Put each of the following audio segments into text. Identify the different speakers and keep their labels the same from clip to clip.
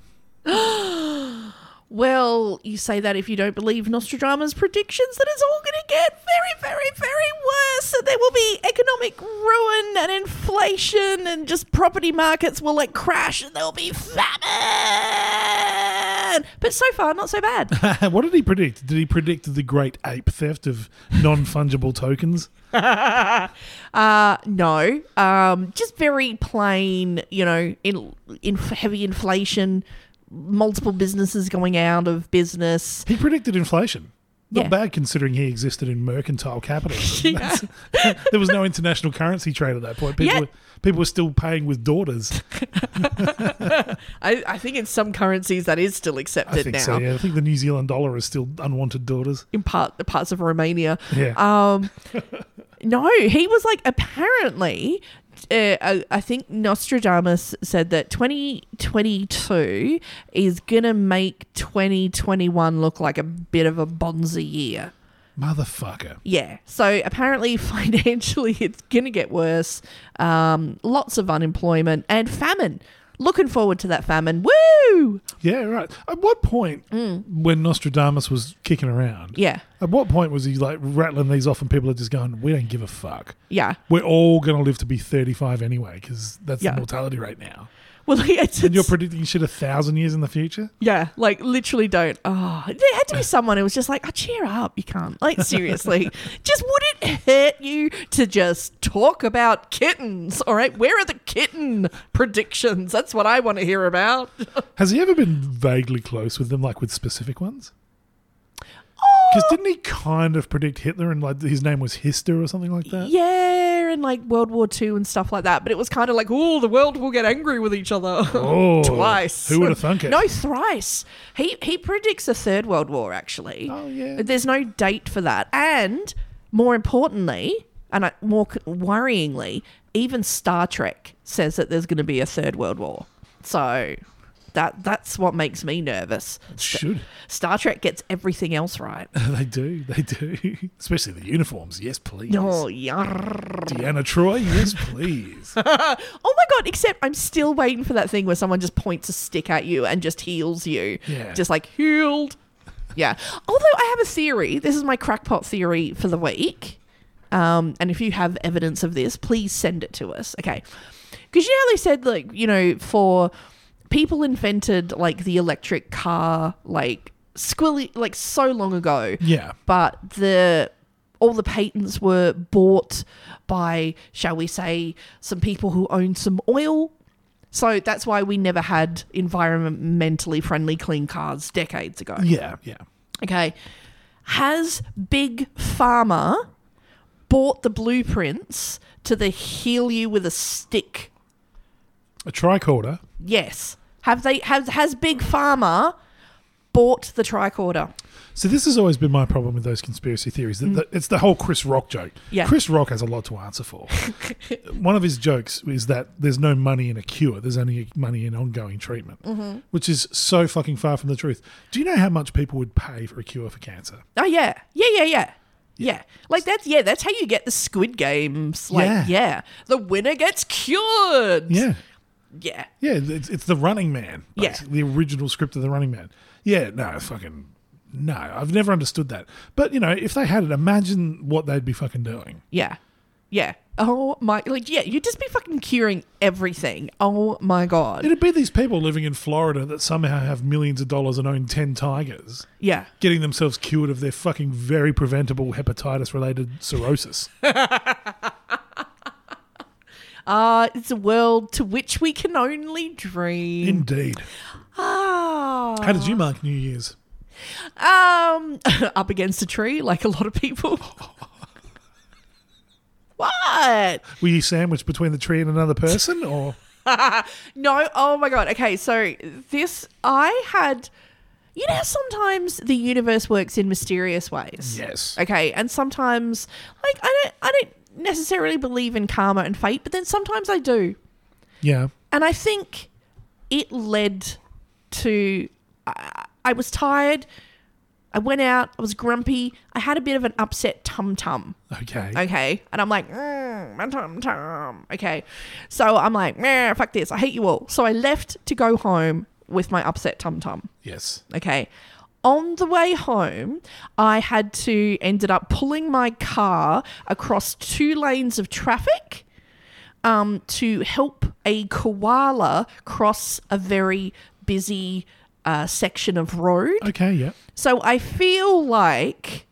Speaker 1: Well, you say that if you don't believe Nostradamus' predictions that it's all going to get very, very, very worse, and there will be economic ruin and inflation, and just property markets will like crash, and there will be famine. But so far, not so bad.
Speaker 2: what did he predict? Did he predict the great ape theft of non fungible tokens?
Speaker 1: Uh, no, um, just very plain, you know, in, in heavy inflation, multiple businesses going out of business.
Speaker 2: He predicted inflation. Not
Speaker 1: Yeah.
Speaker 2: bad considering he existed in mercantile capitalism. That's- there was no international currency trade at that point. People,
Speaker 1: Yeah.
Speaker 2: were, people were still paying with daughters.
Speaker 1: I, I think in some currencies that is still accepted
Speaker 2: I think
Speaker 1: now.
Speaker 2: so. Yeah, I think the New Zealand dollar is still unwanted daughters.
Speaker 1: in part the parts of Romania.
Speaker 2: Yeah.
Speaker 1: Um, no, he was like apparently. Uh, I, I think Nostradamus said that 2022 is gonna make 2021 look like a bit of a bonza year.
Speaker 2: Motherfucker.
Speaker 1: Yeah. So apparently, financially, it's gonna get worse. Um, lots of unemployment and famine. Looking forward to that famine. Woo!
Speaker 2: Yeah, right. At what point, when Nostradamus was kicking around,
Speaker 1: Mm. Yeah.
Speaker 2: at what point was he like rattling these off and people are just going, we don't give a fuck?
Speaker 1: Yeah.
Speaker 2: We're all going to live to be 35 anyway because that's
Speaker 1: Yeah.
Speaker 2: the mortality rate now.
Speaker 1: Well, it's,
Speaker 2: And you're
Speaker 1: it's,
Speaker 2: predicting shit a thousand years in the future?
Speaker 1: Yeah, like literally don't. Oh, there had to be someone who was just like, oh, cheer up, you can't. Like, seriously. just would it hurt you to just talk about kittens? All right, where are the kitten predictions? That's what I want to hear about.
Speaker 2: Has he ever been vaguely close with them, like with specific ones?
Speaker 1: Oh!
Speaker 2: Because didn't he kind of predict Hitler and like his name was Hister or something like that?
Speaker 1: yeah, and like World War II and stuff like that. But it was kind of like, oh, the world will get angry with each other.
Speaker 2: Oh,
Speaker 1: Twice.
Speaker 2: Who would have thunk it?
Speaker 1: No, thrice. He he predicts a third world war actually.
Speaker 2: Oh, yeah.
Speaker 1: But There's no date for that, and more importantly, and I- more c- worryingly, even Star Trek says that there's going to be a third world war. So that that's what makes me nervous.
Speaker 2: Should
Speaker 1: Star Trek gets everything else right.
Speaker 2: they do? They do, especially the uniforms. Yes, please.
Speaker 1: oh yarr.
Speaker 2: Deanna Troy. Yes, please.
Speaker 1: Oh my god! Except I'm still waiting for that thing where someone just points a stick at you and just heals you,
Speaker 2: Yeah.
Speaker 1: just like healed. Yeah. Although I have a theory. This is my crackpot theory for the week. Um, and if you have evidence of this, please send it to us. Okay. Because you know how they said like you know for people invented like the electric car like squilly like so long ago
Speaker 2: Yeah.
Speaker 1: but the all the patents were bought by shall we say some people who owned some oil so that's why we never had environmentally friendly clean cars decades ago
Speaker 2: Yeah, yeah.
Speaker 1: okay has big pharma bought the blueprints to the heal you with a stick
Speaker 2: A tricorder.
Speaker 1: yes have they have has big pharma bought the tricorder
Speaker 2: So this has always been my problem with those conspiracy theories. That that- it's the whole Chris Rock joke.
Speaker 1: Mm. Yeah.
Speaker 2: Chris Rock has a lot to answer for. One of his jokes is that there's no money in a cure. There's only money in ongoing treatment,
Speaker 1: Mm-hmm.
Speaker 2: which is so fucking far from the truth. Do you know how much people would pay for a cure for cancer?
Speaker 1: Oh yeah, yeah, yeah, yeah, yeah. Like that's yeah, that's how you get the Squid Games. Like
Speaker 2: Yeah.
Speaker 1: yeah, the winner gets cured.
Speaker 2: Yeah.
Speaker 1: yeah,
Speaker 2: Yeah, it's, it's the Running Man.
Speaker 1: Yeah.
Speaker 2: basically, the original script of the Running Man. Yeah, no, fucking no. I've never understood that. But you know, if they had it, imagine what they'd be fucking doing.
Speaker 1: yeah, yeah. Oh my, like yeah, you'd just be fucking curing everything. Oh my god.
Speaker 2: It'd be these people living in Florida that somehow have millions of dollars and own ten tigers,
Speaker 1: Yeah,
Speaker 2: getting themselves cured of their fucking very preventable hepatitis-related cirrhosis.
Speaker 1: uh, it's a world to which we can only dream.
Speaker 2: Indeed.
Speaker 1: Ah,
Speaker 2: How did you mark New Year's?
Speaker 1: um, up against a tree like a lot of people. what?
Speaker 2: Were you sandwiched between the tree and another person, or
Speaker 1: No, oh my god. Okay, so this I had You know how sometimes the universe works in mysterious ways.
Speaker 2: Yes.
Speaker 1: Okay, and sometimes like I don't I don't necessarily believe in karma and fate, but then sometimes I do.
Speaker 2: Yeah.
Speaker 1: And I think it led to I, I was tired. I went out. I was grumpy. I had a bit of an upset tum tum.
Speaker 2: Okay.
Speaker 1: Okay. And I'm like, mm, my tum tum. Okay. So I'm like, meh, fuck this. I hate you all. So I left to go home with my upset tum tum.
Speaker 2: Yes.
Speaker 1: Okay. On the way home, I had to ended up pulling my car across two lanes of traffic um, to help a koala cross a very busy uh, section of road.
Speaker 2: Okay. Yeah.
Speaker 1: So I feel like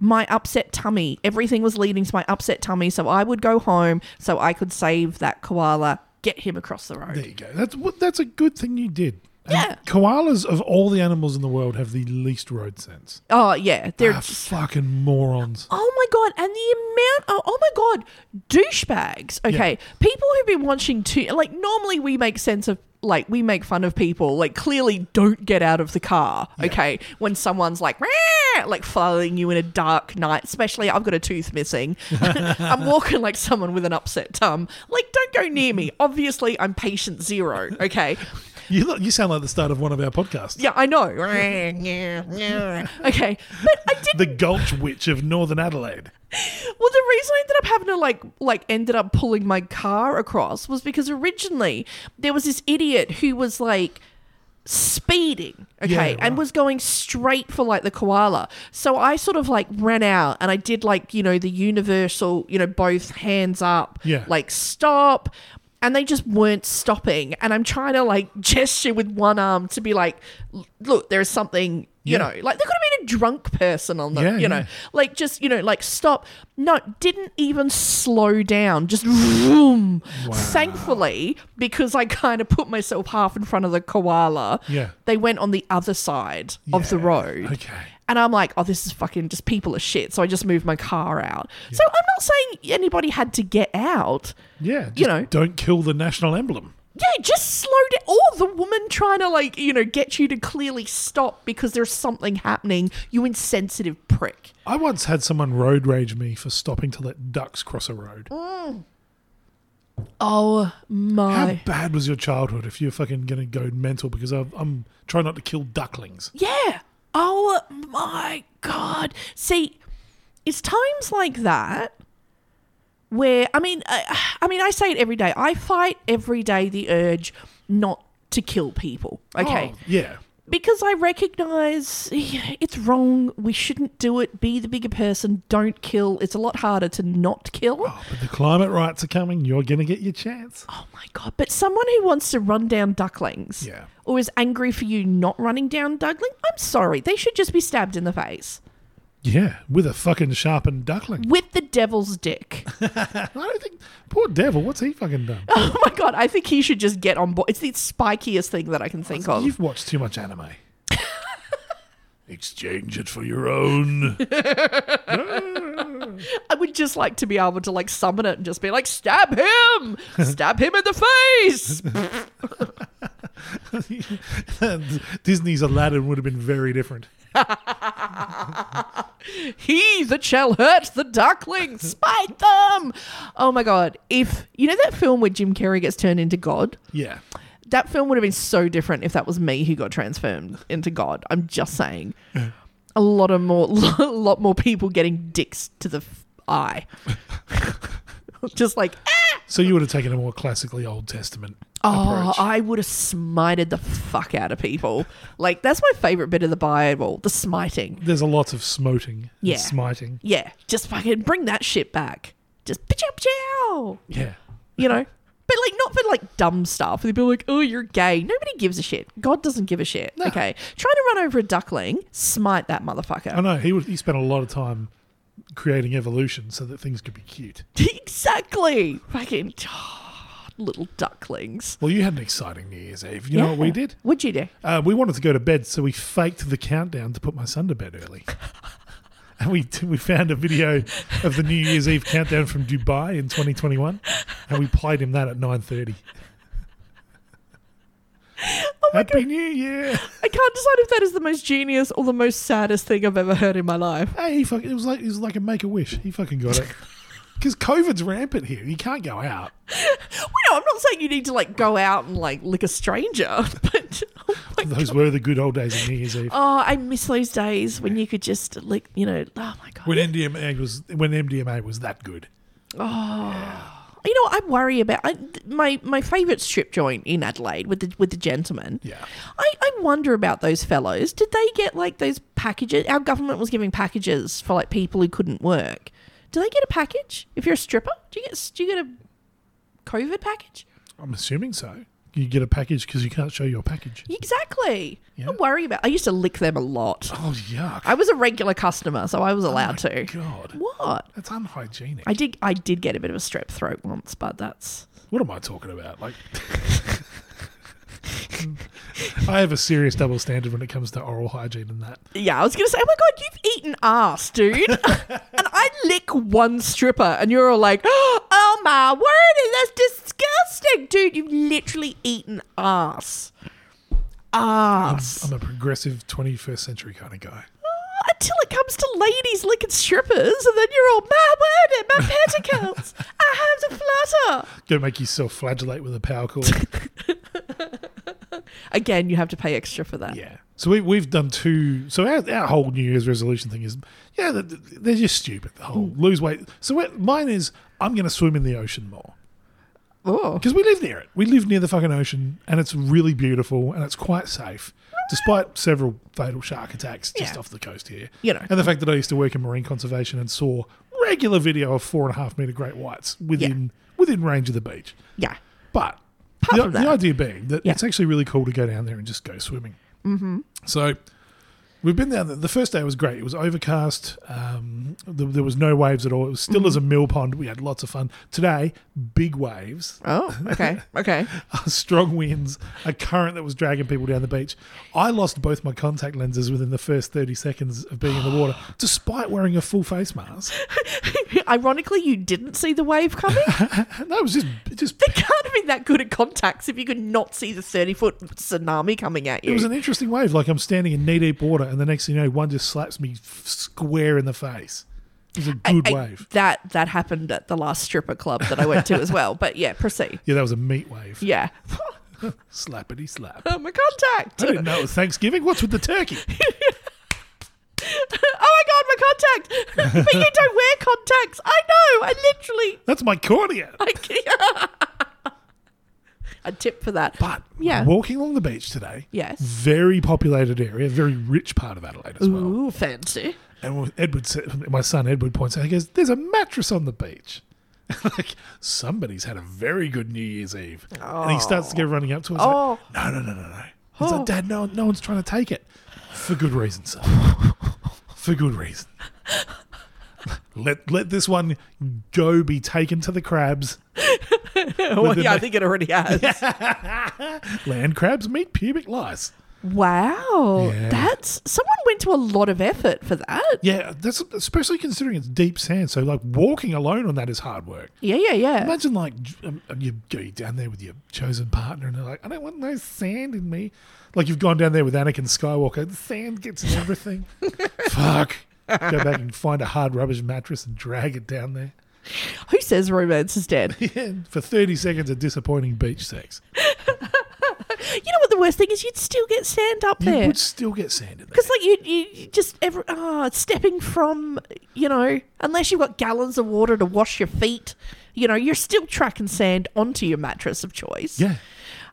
Speaker 1: my upset tummy, everything was leading to my upset tummy. So I would go home so I could save that koala, get him across the road.
Speaker 2: There you go. That's what. That's a good thing you did. And
Speaker 1: Yeah.
Speaker 2: Koalas of all the animals in the world have the least road sense.
Speaker 1: Oh, yeah. They're
Speaker 2: Ah,
Speaker 1: just
Speaker 2: fucking morons.
Speaker 1: Oh my god! And the amount. Oh, oh my god! Douchebags. Okay, people who've been watching too. Like normally we make sense of. Like we make fun of people. Like clearly don't get out of the car. Okay, when someone's like. "Meow," Like following you in a dark night, especially I've got a tooth missing. I'm walking like someone with an upset tum. Like, don't go near me. Obviously, I'm patient zero. Okay,
Speaker 2: You look, you sound like the start of one of our podcasts.
Speaker 1: yeah, I know. okay, but I did
Speaker 2: The Gulch Witch of Northern Adelaide.
Speaker 1: Well, the reason I ended up having to like like ended up pulling my car across was because originally there was this idiot who was like speeding, okay,
Speaker 2: Yeah, right.
Speaker 1: and was going straight for like the koala. So I sort of like ran out and I did like, you know, the universal, you know, both hands up,
Speaker 2: Yeah.
Speaker 1: like stop. And they just weren't stopping. And I'm trying to like gesture with one arm to be like, look, there's something, you
Speaker 2: Yeah.
Speaker 1: know, like there could have been a drunk person on the,
Speaker 2: Yeah,
Speaker 1: you know,
Speaker 2: yeah.
Speaker 1: like just you know like stop no didn't even slow down just vroom thankfully because i kind of put myself half in front of the koala
Speaker 2: Yeah.
Speaker 1: they went on the other side of the
Speaker 2: Yeah,
Speaker 1: road
Speaker 2: okay.
Speaker 1: and i'm like oh this is fucking just people are shit so i just moved my car out so i'm not saying anybody had to get out
Speaker 2: Yeah. Just
Speaker 1: You know.
Speaker 2: Don't kill the national emblem.
Speaker 1: yeah, just slow down. Or the woman trying to, like, you know, get you to clearly stop because there's something happening, you insensitive prick.
Speaker 2: I once had someone road rage me for stopping to let ducks cross a road.
Speaker 1: Oh
Speaker 2: How
Speaker 1: my.
Speaker 2: bad was your childhood if you're fucking going to go mental because I've, I'm trying not to kill ducklings?
Speaker 1: Yeah. Oh my God. See, it's times like that where I mean, uh, I, I mean, I say it every day. I fight every day the urge not to kill people. Okay.
Speaker 2: Oh, yeah.
Speaker 1: Because I recognize yeah, it's wrong. We shouldn't do it. Be the bigger person. Don't kill. It's a lot harder to not kill.
Speaker 2: Oh, but the climate rights are coming. You're going to get your chance.
Speaker 1: Oh my god! But someone who wants to run down ducklings,
Speaker 2: Yeah.
Speaker 1: or is angry for you not running down duckling, I'm sorry, they should just be stabbed in the face
Speaker 2: Yeah, with a fucking sharpened duckling.
Speaker 1: with the devil's dick.
Speaker 2: I don't think. Poor devil, what's he fucking done?
Speaker 1: oh my god! I think he should just get on board. It's the spikiest thing that I can think of.
Speaker 2: You've watched too much anime. Exchange it for your own.
Speaker 1: I would just like to be able to like summon it and just be like, stab him, stab him in the face.
Speaker 2: Disney's Aladdin would have been very different.
Speaker 1: he that shall hurt the duckling, spite them. Oh my god! If you know that film where Jim Carrey gets turned into God.
Speaker 2: Yeah.
Speaker 1: that film would have been so different if that was me who got transformed into God. I'm just saying, a lot of more, a lot more people getting dicks to the f- eye, just like. "Ah!"
Speaker 2: So you would have taken a more classically Old Testament
Speaker 1: Oh,
Speaker 2: approach.
Speaker 1: I would have smited the fuck out of people. Like that's my favorite bit of the Bible, the smiting.
Speaker 2: There's a lot of smoting. and
Speaker 1: Yeah.
Speaker 2: Smiting.
Speaker 1: Yeah, just fucking bring that shit back. Just pachow pachow,
Speaker 2: Yeah.
Speaker 1: you know. But like not for like dumb stuff. They'd be like, "Oh, you're gay." Nobody gives a shit. God doesn't give a shit. Okay, try to run over a duckling, smite that motherfucker.
Speaker 2: I know he was, he spent a lot of time creating evolution so that things could be cute.
Speaker 1: exactly. Fucking oh, little ducklings.
Speaker 2: Well, you had an exciting New Year's Eve. You know what
Speaker 1: Yeah.
Speaker 2: Oh, we did?
Speaker 1: What'd you do?
Speaker 2: Uh, we wanted to go to bed, so we faked the countdown to put my son to bed early. And we, we found a video of the New Year's Eve countdown from Dubai in 2021, and we played him that at 9:30.
Speaker 1: Oh
Speaker 2: Happy New Year.
Speaker 1: I can't decide if that is the most genius or the most saddest thing I've ever heard in my life.
Speaker 2: Hey, he fucking, it was like it was like a make a wish. He fucking got it. Because COVID's rampant here. You can't go out.
Speaker 1: Well, no, I'm not saying you need to like go out and like lick a stranger, but oh my
Speaker 2: Those were the good old days of New Year's Eve.
Speaker 1: Oh, I miss those days when you could just like, you know, oh my god.
Speaker 2: When MDMA was when MDMA was that good.
Speaker 1: You know, I worry about I, my my favorite strip joint in Adelaide with the with the gentlemen.
Speaker 2: Yeah.
Speaker 1: I, I wonder about those fellows. Did they get like those packages? Our government was giving packages for like people who couldn't work. Do they get a package if you're a stripper? Do you get do you get a COVID package?
Speaker 2: I'm assuming so. You get a package because you can't show your package.
Speaker 1: Exactly.
Speaker 2: Yeah.
Speaker 1: I worry about. I used to lick them a lot.
Speaker 2: Oh yuck!
Speaker 1: I was a regular customer, so I was allowed to.
Speaker 2: Oh God,
Speaker 1: What?
Speaker 2: that's unhygienic.
Speaker 1: I did. I did get a bit of a strep throat once, but that's
Speaker 2: what am I talking about? Like, I have a serious double standard when it comes to oral hygiene and that.
Speaker 1: yeah. I was gonna say, oh my god, you've eaten ass, dude. and I lick one stripper, and you're all like, oh my word, that's disgusting, dude. You've literally eaten ass. Ass.
Speaker 2: I'm a progressive 21st century kind of guy.
Speaker 1: Until it comes to ladies licking strippers, and then you're all, my word, my petticoats, I have to flutter.
Speaker 2: Don't make yourself flagellate with a power cord.
Speaker 1: Again, you have to pay extra for that.
Speaker 2: yeah. So we, we've done two. So our, our whole New Year's resolution thing is, yeah, they're, they're just stupid. The whole
Speaker 1: Hmm.
Speaker 2: lose weight. So what, mine is, I'm going to swim in the ocean more.
Speaker 1: Oh.
Speaker 2: Because we live near it. We live near the fucking ocean and it's really beautiful and it's quite safe. Despite several fatal shark attacks just
Speaker 1: Yeah.
Speaker 2: off the coast here.
Speaker 1: You know.
Speaker 2: And the fact that I used to work in marine conservation and saw regular video of four and a half meter great whites within within range of the beach.
Speaker 1: Yeah.
Speaker 2: But
Speaker 1: Apart
Speaker 2: the,
Speaker 1: from
Speaker 2: the
Speaker 1: that-
Speaker 2: idea being that
Speaker 1: Yeah.
Speaker 2: it's actually really cool to go down there and just go swimming. Mm-hmm. So we've been down there. The first day was great. It was overcast. Um, there, there was no waves at all. It was still
Speaker 1: Mm-hmm.
Speaker 2: as a mill pond. We had lots of fun. Today, big waves,
Speaker 1: Oh, okay. Okay.
Speaker 2: strong winds, a current that was dragging people down the beach. I lost both my contact lenses within the first 30 seconds of being in the water, despite wearing a full face mask.
Speaker 1: Ironically, you didn't see the wave coming.
Speaker 2: And that was just, it just
Speaker 1: They can't have been that good at contacts if you could not see the 30 foot tsunami coming at you.
Speaker 2: It was an interesting wave. Like I'm standing in knee deep water, and the next thing you know, one just slaps me f- square in the face. It was a good
Speaker 1: I-
Speaker 2: wave.
Speaker 1: that that happened at the last stripper club that I went to as well. But yeah, proceed.
Speaker 2: Yeah, that was a meat wave.
Speaker 1: Yeah.
Speaker 2: Slappity slap.
Speaker 1: I'm a contact.
Speaker 2: I didn't know it was Thanksgiving. What's with the turkey?
Speaker 1: oh my god, my contact! but you don't wear contacts. I know. I literally.
Speaker 2: That's my cornea.
Speaker 1: I can't. a tip for that.
Speaker 2: But
Speaker 1: yeah.
Speaker 2: walking along the beach today,
Speaker 1: yes.
Speaker 2: very populated area, very rich part of Adelaide as well.
Speaker 1: Ooh, fancy.
Speaker 2: And when Edward, said, my son Edward points out, he goes, "There's a mattress on the beach." like somebody's had a very good New Year's Eve, and he starts to go running up to us.
Speaker 1: Oh.
Speaker 2: Like, no, no, no, no, no. He's like, "Dad, no, no one's trying to take it for good reason, son. for good reason. Let let this one go be taken to the crabs.
Speaker 1: Well,
Speaker 2: the
Speaker 1: yeah, I
Speaker 2: ma-
Speaker 1: think it already has.
Speaker 2: Land crabs meet pubic lice.
Speaker 1: Wow,
Speaker 2: Yeah.
Speaker 1: that's someone went to a lot of effort for that.
Speaker 2: Yeah, that's especially considering it's deep sand. So like walking alone on that is hard work.
Speaker 1: Yeah, yeah, yeah.
Speaker 2: Imagine like um, you go down there with your chosen partner, and they're like, "I don't want no sand in me." Like you've gone down there with Anakin Skywalker, the sand gets in everything. Fuck. Go back and find a hard rubbish mattress and drag it down there.
Speaker 1: Who says romance is dead? you
Speaker 2: Yeah, for thirty seconds of disappointing beach sex,
Speaker 1: know what the worst thing is? You'd still get sand up
Speaker 2: you
Speaker 1: there
Speaker 2: would still get sand in there.
Speaker 1: because, like, you you you just every ah stepping from you know unless you've got gallons of water to wash your feet, you know you're still tracking sand onto your mattress of choice.
Speaker 2: Yeah,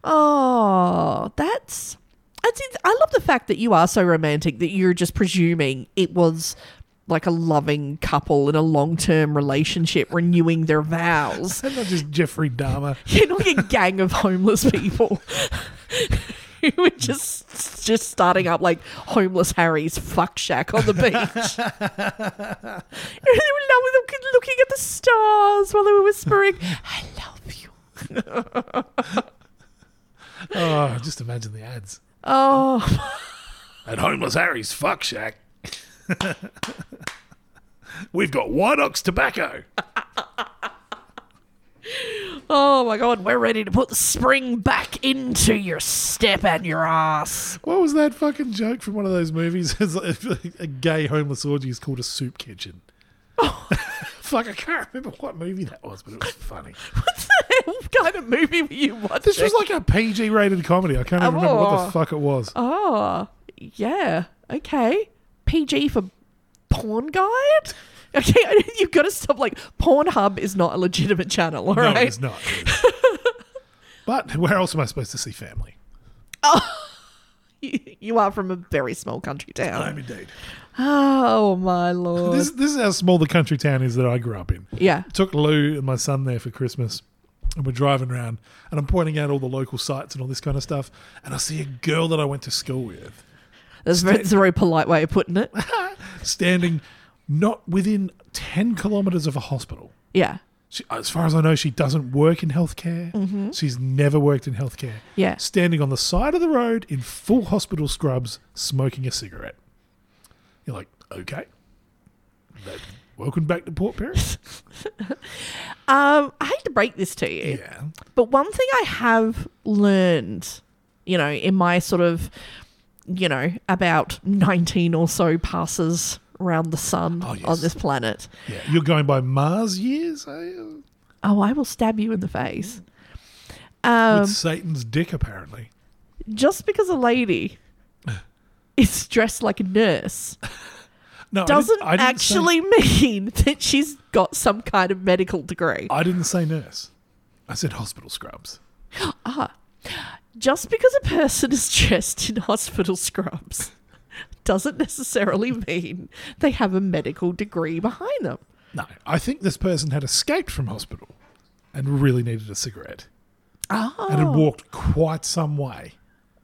Speaker 1: Oh, that's. I, did, I love the fact that you are so romantic that you're just presuming it was like a loving couple in a long term relationship renewing their vows.
Speaker 2: and not just Jeffrey Dahmer.
Speaker 1: You're not a gang of homeless people. you were just just starting up like homeless Harry's fuck shack on the beach. they were in love with them, looking at the stars while they were whispering, I love you.
Speaker 2: Oh, just imagine the ads
Speaker 1: Oh,
Speaker 2: at homeless Harry's fuck shack. We've got White Ox tobacco.
Speaker 1: Oh my god, we're ready to put the spring back into your step and your ass.
Speaker 2: What was that fucking joke from one of those movies? It's like a gay homeless orgy is called a soup kitchen.
Speaker 1: Oh.
Speaker 2: Fuck, I can't remember what movie that was, but it was funny.
Speaker 1: what kind of movie were you watching?
Speaker 2: This was like a PG rated comedy. I can't even remember what
Speaker 1: Oh.
Speaker 2: the fuck it was.
Speaker 1: Oh, yeah. Okay. PG for porn guide? Okay, you've got to stop. Like, Pornhub is not a legitimate channel, all
Speaker 2: no,
Speaker 1: right?
Speaker 2: it's not. but where else am I supposed to see family?
Speaker 1: You, you are from a very small country town.
Speaker 2: I'm indeed.
Speaker 1: oh, my lord.
Speaker 2: This, this is how small the country town is that I grew up in.
Speaker 1: yeah.
Speaker 2: took Lou and my son there for Christmas, and we're driving around, and I'm pointing out all the local sites and all this kind of stuff, and I see a girl that I went to school with
Speaker 1: That's a very, that's a very polite way of putting it.
Speaker 2: standing not within ten kilometers of a hospital.
Speaker 1: Yeah.
Speaker 2: She, as far as I know, she doesn't work in healthcare. She's never worked in healthcare.
Speaker 1: Mm-hmm. Yeah.
Speaker 2: standing on the side of the road in full hospital scrubs, smoking a cigarette. You're like, okay, That- welcome back to Port Perry.
Speaker 1: Um, I hate to break this to you.
Speaker 2: yeah,
Speaker 1: But one thing I have learned, you know, in my sort of, you know, about 19 or so passes around the sun
Speaker 2: Oh, yes.
Speaker 1: on this planet.
Speaker 2: yeah. You're going by Mars years. eh?
Speaker 1: Oh, I will stab you in the face. Um,
Speaker 2: with Satan's dick, apparently.
Speaker 1: just because a lady is dressed like a nurse
Speaker 2: No, I didn't-
Speaker 1: doesn't
Speaker 2: I didn't say-
Speaker 1: actually mean that she's got some kind of medical degree.
Speaker 2: I didn't say nurse. I said hospital scrubs.
Speaker 1: just because a person is dressed in hospital scrubs doesn't necessarily mean they have a medical degree behind them.
Speaker 2: No, I think this person had escaped from hospital and really needed a cigarette and had
Speaker 1: Oh,
Speaker 2: walked quite some way.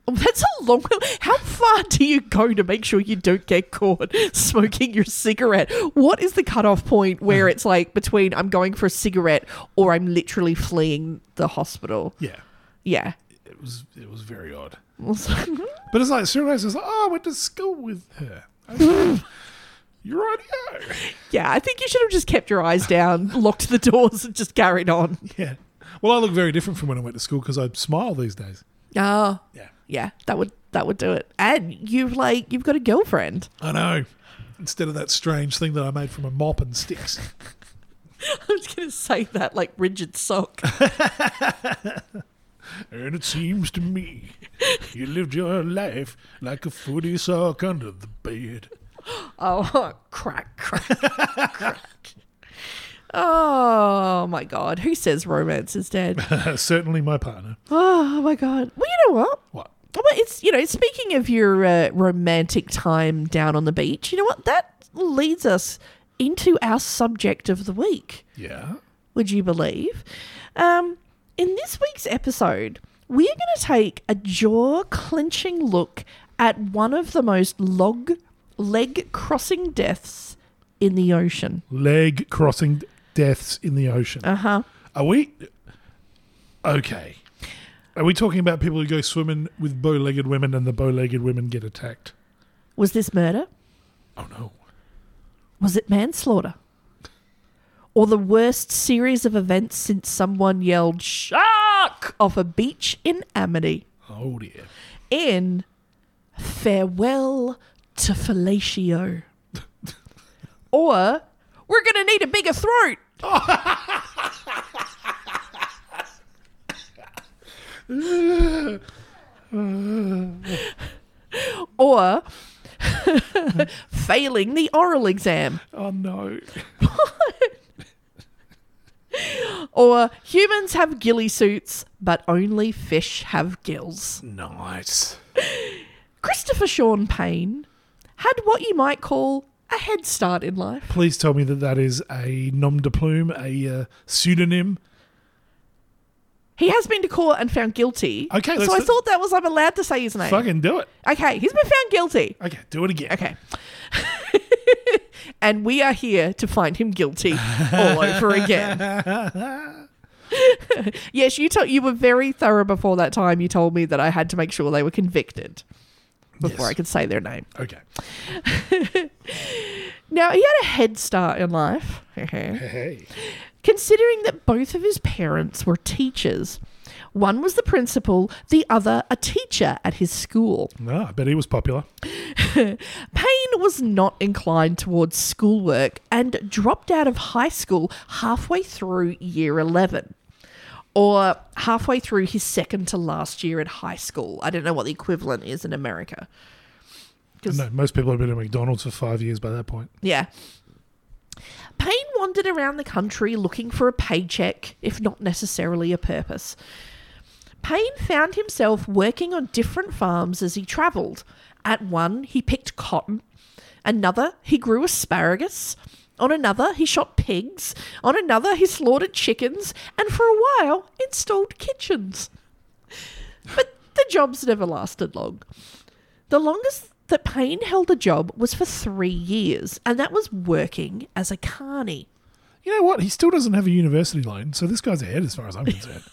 Speaker 1: that's a long. How far do you go to make sure you don't get caught smoking your cigarette? What is the cutoff point where it's like between I'm going for a cigarette or I'm literally fleeing the hospital?
Speaker 2: Yeah,
Speaker 1: Yeah.
Speaker 2: it was it was very odd.
Speaker 1: That's
Speaker 2: But it's like Cyril's is like, oh, I went to school with her. Okay. You're right. Yeah.
Speaker 1: Yeah, I think you should have just kept your eyes down, locked the doors, and just carried on.
Speaker 2: Yeah. Well, I look very different from when I went to school because I smile these days.
Speaker 1: Oh,
Speaker 2: Yeah.
Speaker 1: yeah, that would that would do it. And you've like you've got a girlfriend.
Speaker 2: I know. Instead of that strange thing that I made from a mop and sticks.
Speaker 1: I was gonna say that like rigid sock.
Speaker 2: And it seems to me you lived your life like a footy sock under the bed.
Speaker 1: oh, crack, crack, crack. Oh my god, who says romance is dead?
Speaker 2: certainly my partner.
Speaker 1: Oh my god. Well, you know what?
Speaker 2: What?
Speaker 1: Well, it's you know, speaking of your uh, romantic time down on the beach, you know what? That leads us into our subject of the week.
Speaker 2: Yeah.
Speaker 1: would you believe? Um, in this week's episode, we are going to take a jaw clenching look at one of the most log leg crossing deaths in the ocean.
Speaker 2: Leg crossing deaths in the ocean.
Speaker 1: Uh huh.
Speaker 2: Are we. Okay. Are we talking about people who go swimming with bow legged women and the bow legged women get attacked?
Speaker 1: Was this murder?
Speaker 2: Oh, no.
Speaker 1: Was it manslaughter? Or the worst series of events since someone yelled shark off a beach in Amity
Speaker 2: Oh, dear.
Speaker 1: in Farewell to Fellatio. or We're going to need a bigger throat. or failing the oral exam.
Speaker 2: Oh, no.
Speaker 1: Or humans have ghillie suits, but only fish have gills.
Speaker 2: Nice.
Speaker 1: Christopher Sean Payne had what you might call a head start in life.
Speaker 2: Please tell me that that is a nom de plume, a uh, pseudonym.
Speaker 1: He has been to court and found guilty.
Speaker 2: Okay,
Speaker 1: so
Speaker 2: let's-
Speaker 1: I thought that was I'm allowed to say his name.
Speaker 2: Fucking do it.
Speaker 1: Okay, he's been found guilty.
Speaker 2: Okay, do it again.
Speaker 1: Okay. and we are here to find him guilty all over again. yes, you told you were very thorough before that time. You told me that I had to make sure they were convicted before
Speaker 2: Yes.
Speaker 1: I could say their name.
Speaker 2: Okay.
Speaker 1: Now he had a head start in life.
Speaker 2: Hey.
Speaker 1: Considering that both of his parents were teachers, one was the principal, the other a teacher at his school.
Speaker 2: No, I bet he was popular.
Speaker 1: Payne was not inclined towards schoolwork and dropped out of high school halfway through year 11 or halfway through his second to last year at high school. I don't know what the equivalent is in America.
Speaker 2: No, most people have been at McDonald's for five years by that point.
Speaker 1: Yeah. Payne wandered around the country looking for a paycheck, if not necessarily a purpose. Payne found himself working on different farms as he travelled. At one, he picked cotton. Another, he grew asparagus. On another, he shot pigs. On another, he slaughtered chickens. And for a while, installed kitchens. But the jobs never lasted long. The longest that Payne held a job was for three years, and that was working as a carny.
Speaker 2: You know what? He still doesn't have a university loan, so this guy's ahead as far as I'm concerned.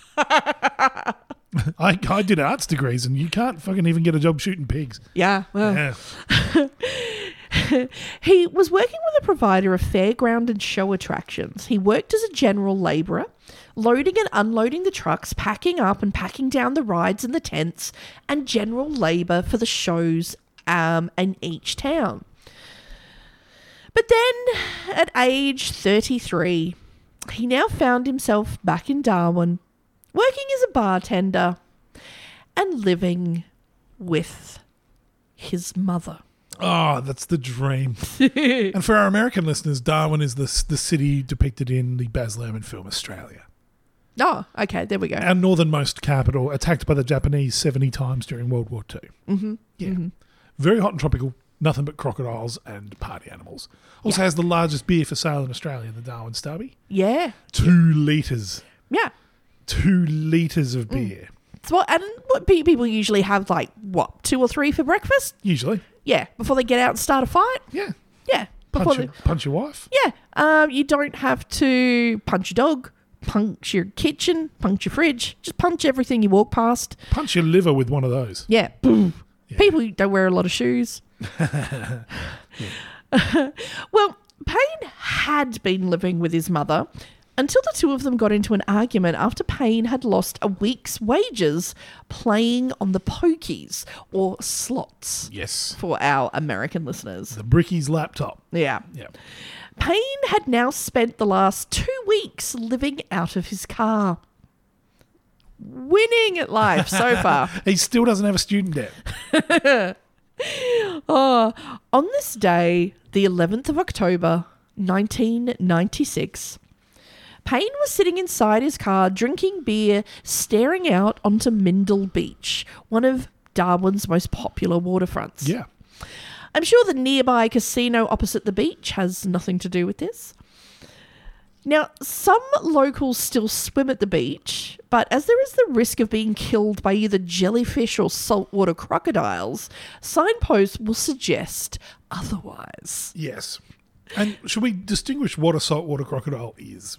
Speaker 2: I, I did arts degrees, and you can't fucking even get a job shooting pigs.
Speaker 1: Yeah, well.
Speaker 2: Yeah.
Speaker 1: He was working with a provider of fairground and show attractions. He worked as a general labourer, loading and unloading the trucks, packing up and packing down the rides and the tents, and general labour for the shows um, in each town. But then, at age 33, he now found himself back in Darwin, working as a bartender and living with his mother.
Speaker 2: Oh, that's the dream. and for our American listeners, Darwin is the, the city depicted in the Baz Luhrmann film Australia.
Speaker 1: Oh, okay, there we go.
Speaker 2: Our northernmost capital, attacked by the Japanese 70 times during World War II. Mm-hmm. Yeah. Very hot and tropical, nothing but crocodiles and party animals. Also has the largest beer for sale in Australia, the Darwin Stubby.
Speaker 1: Yeah,
Speaker 2: Two litres.
Speaker 1: yeah.
Speaker 2: Two litres of beer,
Speaker 1: So what, and what pe- people usually have like what two or three for breakfast?
Speaker 2: usually.
Speaker 1: Yeah, before they get out and start a fight.
Speaker 2: Yeah.
Speaker 1: Yeah, before
Speaker 2: Punch,
Speaker 1: they,
Speaker 2: your, punch your wife.
Speaker 1: yeah. Um, you don't have to punch your dog, punch your kitchen, punch your fridge. Just punch everything you walk past.
Speaker 2: Punch your liver with one of those.
Speaker 1: Yeah, boom. People don't wear a lot of shoes. well, Payne had been living with his mother until the two of them got into an argument after Payne had lost a week's wages playing on the pokies or slots
Speaker 2: Yes.
Speaker 1: for our American listeners.
Speaker 2: The Bricky's laptop.
Speaker 1: Yeah.
Speaker 2: Yeah.
Speaker 1: Payne had now spent the last two weeks living out of his car. Winning at life so far.
Speaker 2: He still doesn't have a student debt.
Speaker 1: On this day, the 11th of October, 1996, Payne was sitting inside his car drinking beer, staring out onto Mindle Beach, one of Darwin's most popular waterfronts.
Speaker 2: Yeah.
Speaker 1: I'm sure the nearby casino opposite the beach has nothing to do with this. Now, some locals still swim at the beach, but as there is the risk of being killed by either jellyfish or saltwater crocodiles, signposts will suggest otherwise.
Speaker 2: Yes. And should we distinguish what a saltwater crocodile is?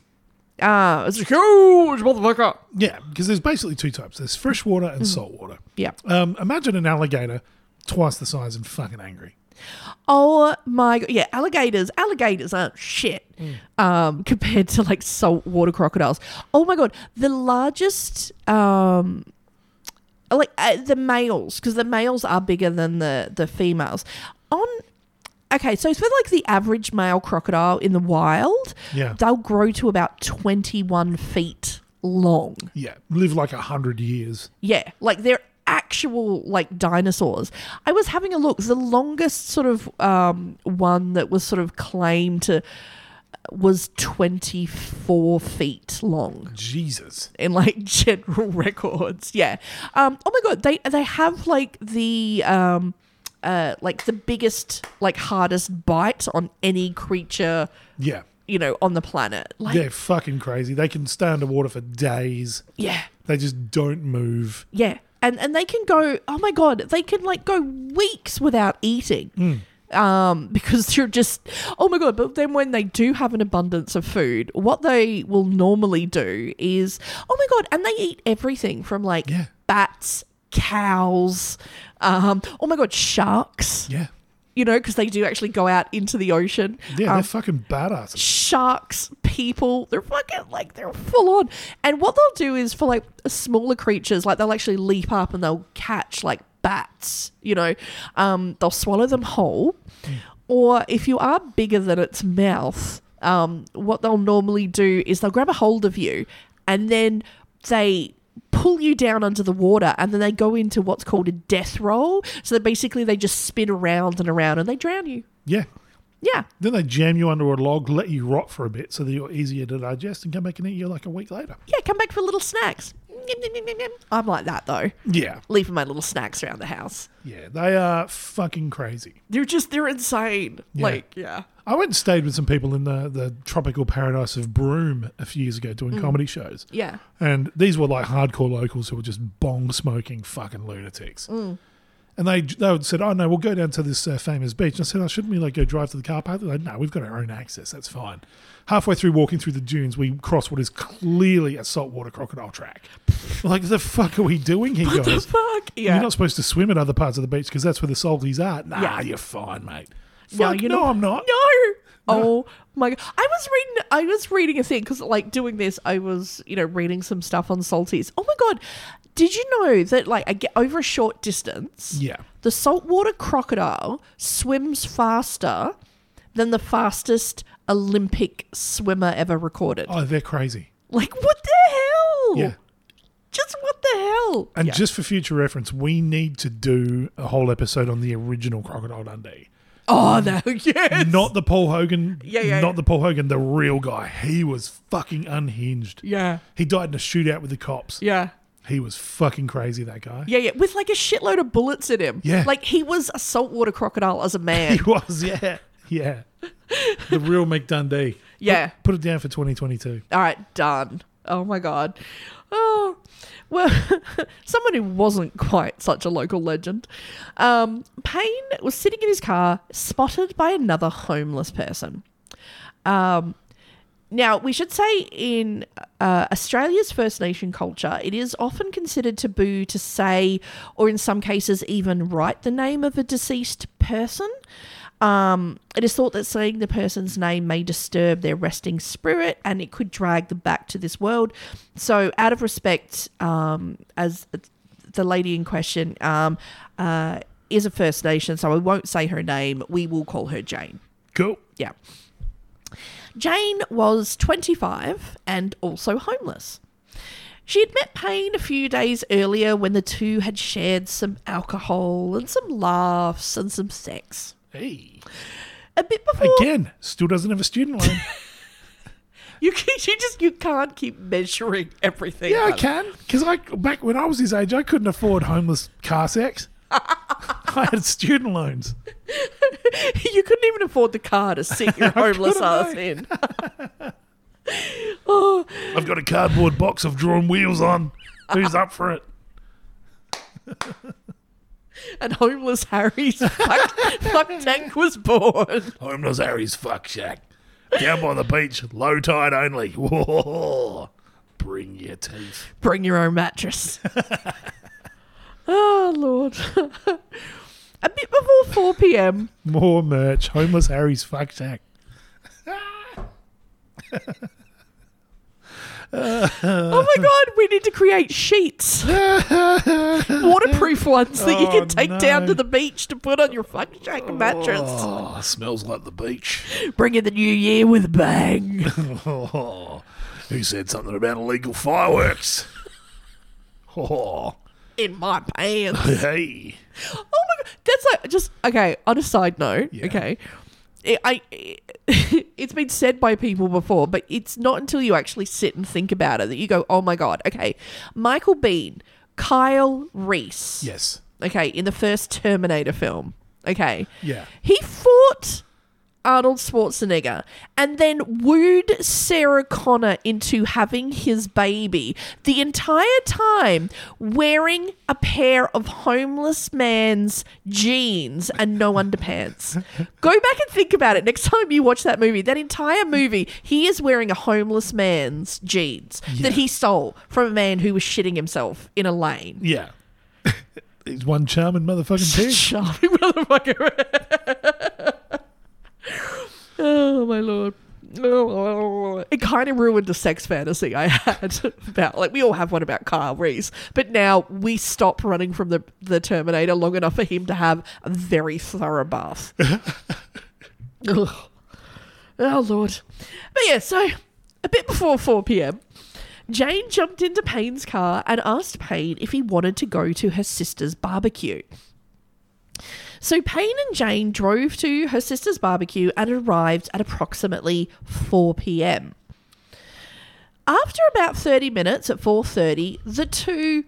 Speaker 1: Ah, it's a huge motherfucker.
Speaker 2: Yeah, Mm. because there's basically two types. There's freshwater and saltwater.
Speaker 1: Yeah.
Speaker 2: Um, imagine an alligator twice the size and fucking angry.
Speaker 1: Oh my god! Yeah, alligators. Alligators aren't shit um, compared to like saltwater crocodiles. Oh my god! The largest, um, like uh, the males, because the males are bigger than the the females. On okay, so for like the average male crocodile in the wild,
Speaker 2: Yeah.
Speaker 1: they'll grow to about twenty one feet long.
Speaker 2: Yeah, live like a hundred years.
Speaker 1: Yeah, like they're actual like dinosaurs. I was having a look. The longest sort of um, one that was sort of claimed to uh, was 24 feet long
Speaker 2: Jesus.
Speaker 1: in like general records. Yeah. Um, oh my god, they they have like the um, uh, like the biggest like hardest bite on any creature
Speaker 2: Yeah.
Speaker 1: you know on the planet. Like
Speaker 2: They're fucking crazy. They can stay underwater for days.
Speaker 1: yeah.
Speaker 2: They just don't move.
Speaker 1: Yeah. And and they can go, oh my god, they can like go weeks without eating.
Speaker 2: Hmm.
Speaker 1: Um, because they're just oh my god, but then when they do have an abundance of food, what they will normally do is oh my god, and they eat everything from like
Speaker 2: Yeah.
Speaker 1: bats, cows, um, oh my god, sharks.
Speaker 2: Yeah.
Speaker 1: you know, because they do actually go out into the ocean.
Speaker 2: Yeah,
Speaker 1: Um,
Speaker 2: they're fucking badasses.
Speaker 1: sharks, people. They're fucking like they're full on. And what they'll do is for like smaller creatures, like they'll actually leap up and they'll catch like bats. You know, um, they'll swallow them whole. Or if you are bigger than its mouth, um, what they'll normally do is they'll grab a hold of you and then they pull you down under the water and then they go into what's called a death roll so that basically they just spin around and around and they drown you
Speaker 2: Yeah.
Speaker 1: yeah
Speaker 2: Then they jam you under a log, let you rot for a bit so that you're easier to digest and come back and eat you like a week later.
Speaker 1: yeah, come back for little snacks. Yum, yum, yum, yum, yum. I'm like that though,
Speaker 2: Yeah.
Speaker 1: leaving my little snacks around the house.
Speaker 2: Yeah. They are fucking crazy.
Speaker 1: They're just they're insane. Like yeah,
Speaker 2: I went and stayed with some people in the, the tropical paradise of Broome a few years ago doing comedy shows.
Speaker 1: yeah.
Speaker 2: And these were like hardcore locals who were just bong smoking fucking lunatics.
Speaker 1: Mm.
Speaker 2: And they they would said, "Oh no, we'll go down to this uh, famous beach." And I said, "Oh, shouldn't we like go drive to the car park?" They're like, "No, we've got our own access. That's fine." Halfway through walking through the dunes, we cross what is clearly a saltwater crocodile track. like, the fuck are we doing here,
Speaker 1: What the
Speaker 2: guys?
Speaker 1: fuck? Yeah.
Speaker 2: You're not supposed to swim at other parts of the beach because that's where the salties are. Nah,
Speaker 1: Yeah.
Speaker 2: you're fine, mate.
Speaker 1: No,
Speaker 2: Fuck,
Speaker 1: you're
Speaker 2: no,
Speaker 1: not-
Speaker 2: I'm not.
Speaker 1: No. Oh my god! I was reading. I was reading a thing because, like, doing this, I was you know reading some stuff on salties. Oh my god! Did you know that like I get over a short distance?
Speaker 2: Yeah.
Speaker 1: The saltwater crocodile swims faster than the fastest Olympic swimmer ever recorded.
Speaker 2: Oh, they're crazy.
Speaker 1: Like, what the hell?
Speaker 2: Yeah.
Speaker 1: Just what the hell?
Speaker 2: And
Speaker 1: Yeah.
Speaker 2: just for future reference, we need to do a whole episode on the original Crocodile Dundee.
Speaker 1: oh no, yes,
Speaker 2: Not the Paul Hogan.
Speaker 1: Yeah, yeah,
Speaker 2: Not
Speaker 1: yeah.
Speaker 2: the Paul Hogan, the real guy. He was fucking unhinged.
Speaker 1: yeah,
Speaker 2: He died in a shootout with the cops.
Speaker 1: yeah,
Speaker 2: He was fucking crazy, that guy.
Speaker 1: yeah, yeah, with like a shitload of bullets in him.
Speaker 2: Yeah.
Speaker 1: like he was a saltwater crocodile as a
Speaker 2: He
Speaker 1: man.
Speaker 2: was, yeah. Yeah. The real McDundee.
Speaker 1: yeah.
Speaker 2: Put it down for 2022.
Speaker 1: All right, done. Oh my god. Oh, well, someone who wasn't quite such a local legend. Um, Payne was sitting in his car, spotted by another homeless person. Um, now, we should say in uh, Australia's First Nation culture, it is often considered taboo to say, or in some cases, even write the name of a deceased person. Um, it is thought that saying the person's name may disturb their resting spirit and it could drag them back to this world. So, out of respect, um, as the lady in question um, uh, is a First Nation, so I won't say her name. We will call her Jane.
Speaker 2: Cool.
Speaker 1: Yeah. Jane was 25 and also homeless. She had met Payne a few days earlier when the two had shared some alcohol and some laughs and some sex.
Speaker 2: Hey.
Speaker 1: A bit before
Speaker 2: Again, still doesn't have a student loan.
Speaker 1: you, can- you just you can't keep measuring everything.
Speaker 2: Yeah, I
Speaker 1: up.
Speaker 2: can. Because I back when I was his age, I couldn't afford homeless car sex. I had student loans.
Speaker 1: you couldn't even afford the car to sit your homeless
Speaker 2: couldn't,
Speaker 1: ass
Speaker 2: no.
Speaker 1: in.
Speaker 2: I've got a cardboard box I've drawn wheels on. Who's up for it?
Speaker 1: And homeless Harry's fuck, fuck tank was born.
Speaker 2: Homeless Harry's fuck shack. Down by the beach, low tide only. Whoa. Bring your teeth.
Speaker 1: bring your own mattress. oh, Lord. a bit before 4 p.m.,
Speaker 2: More merch. Homeless Harry's fuck shack.
Speaker 1: oh
Speaker 2: Uh-huh.
Speaker 1: my God, we need to create sheets, waterproof ones that you
Speaker 2: Oh,
Speaker 1: can take down
Speaker 2: no.
Speaker 1: to the beach to put on your fuck shack mattress.
Speaker 2: Oh, smells like the beach.
Speaker 1: Bring in the new year with a bang.
Speaker 2: Oh, who said something about illegal fireworks? Oh,
Speaker 1: in my pants.
Speaker 2: hey.
Speaker 1: oh my God. That's like, just, okay, on a side note,
Speaker 2: Yeah.
Speaker 1: okay. It, I, it, it's been said by people before, but it's not until you actually sit and think about it that you go, "Oh my god!" Okay, Michael Bean, Kyle Reese,
Speaker 2: Yes.
Speaker 1: okay, in the first Terminator film, okay,
Speaker 2: Yeah.
Speaker 1: he fought Arnold Schwarzenegger and then wooed Sarah Connor into having his baby the entire time wearing a pair of homeless man's jeans and no underpants. Go back and think about it next time you watch that movie. That entire movie, he is wearing a homeless man's jeans that he stole from a man who was shitting himself in a lane.
Speaker 2: Yeah. He's one charming motherfucking pig.
Speaker 1: Charming motherfucker. oh my lord. It kind of ruined the sex fantasy I had about like we all have one about Kyle Reese, but now we stop running from the the Terminator long enough for him to have a very thorough bath. Ugh. Oh lord. But yeah, so a bit before four p.m. Jane jumped into Payne's car and asked Payne if he wanted to go to her sister's barbecue. So Payne and Jane drove to her sister's barbecue and arrived at approximately 4 p.m. After about 30 minutes at 4:30, the two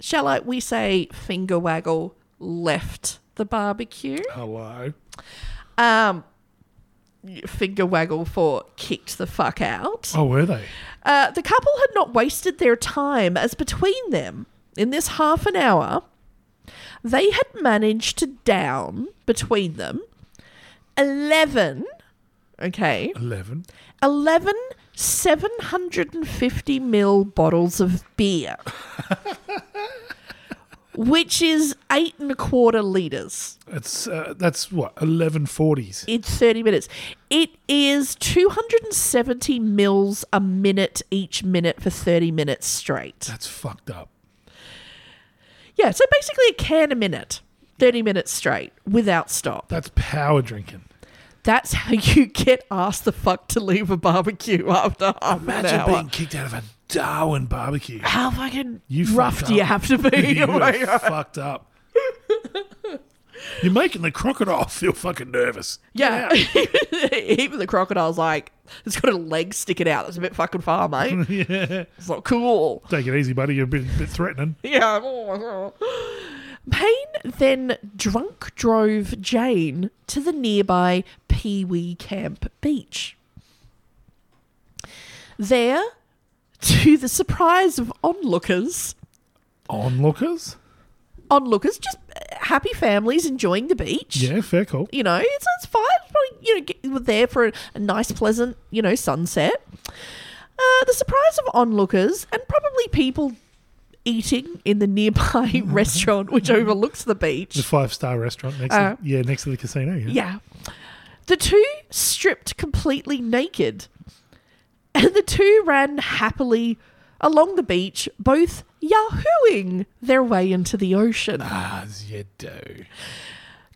Speaker 1: shall I we say finger waggle left the barbecue.
Speaker 2: Hello.
Speaker 1: Um finger waggle for kicked the fuck out.
Speaker 2: Oh, were they?
Speaker 1: Uh, the couple had not wasted their time, as between them, in this half an hour, they had managed to down between them 11, okay,
Speaker 2: Eleven.
Speaker 1: 11 750 mil bottles of beer, which is eight and a quarter liters
Speaker 2: It's uh, that's what eleven forties.
Speaker 1: in 30 minutes. It is 270 mils a minute each minute for 30 minutes straight.
Speaker 2: That's fucked up.
Speaker 1: Yeah, so basically a can a minute, 30 minutes straight without stop.
Speaker 2: That's power drinking.
Speaker 1: That's how you get asked the fuck to leave a barbecue after half an
Speaker 2: Imagine
Speaker 1: hour.
Speaker 2: being kicked out of a Darwin barbecue.
Speaker 1: how fucking
Speaker 2: You
Speaker 1: rough
Speaker 2: fucked
Speaker 1: do you
Speaker 2: up.
Speaker 1: have to be?
Speaker 2: you
Speaker 1: Oh my
Speaker 2: are
Speaker 1: God.
Speaker 2: fucked up. You're making the crocodile feel fucking nervous.
Speaker 1: yeah. Even the crocodile's like, it's got a leg sticking out. That's a bit fucking far, mate.
Speaker 2: yeah.
Speaker 1: It's not cool.
Speaker 2: Take it easy, buddy. You're a bit, bit threatening.
Speaker 1: Yeah. oh my God. Payne then drunk drove Jane to the nearby Pee Wee Camp beach. There, to the surprise of onlookers,
Speaker 2: Onlookers?
Speaker 1: onlookers, just uh, happy families enjoying the beach.
Speaker 2: Yeah, fair call.
Speaker 1: You know, it's, it's fine. Probably, you know, get, we're there for a, a nice, pleasant, you know, sunset. Uh, the surprise of onlookers and probably people eating in the nearby restaurant which overlooks the
Speaker 2: The
Speaker 1: beach.
Speaker 2: five star restaurant next
Speaker 1: Uh,
Speaker 2: to yeah, next to the casino. Yeah.
Speaker 1: Yeah. The two stripped completely naked, and the two ran happily along the beach, both yahooing their way into the ocean,
Speaker 2: As you do.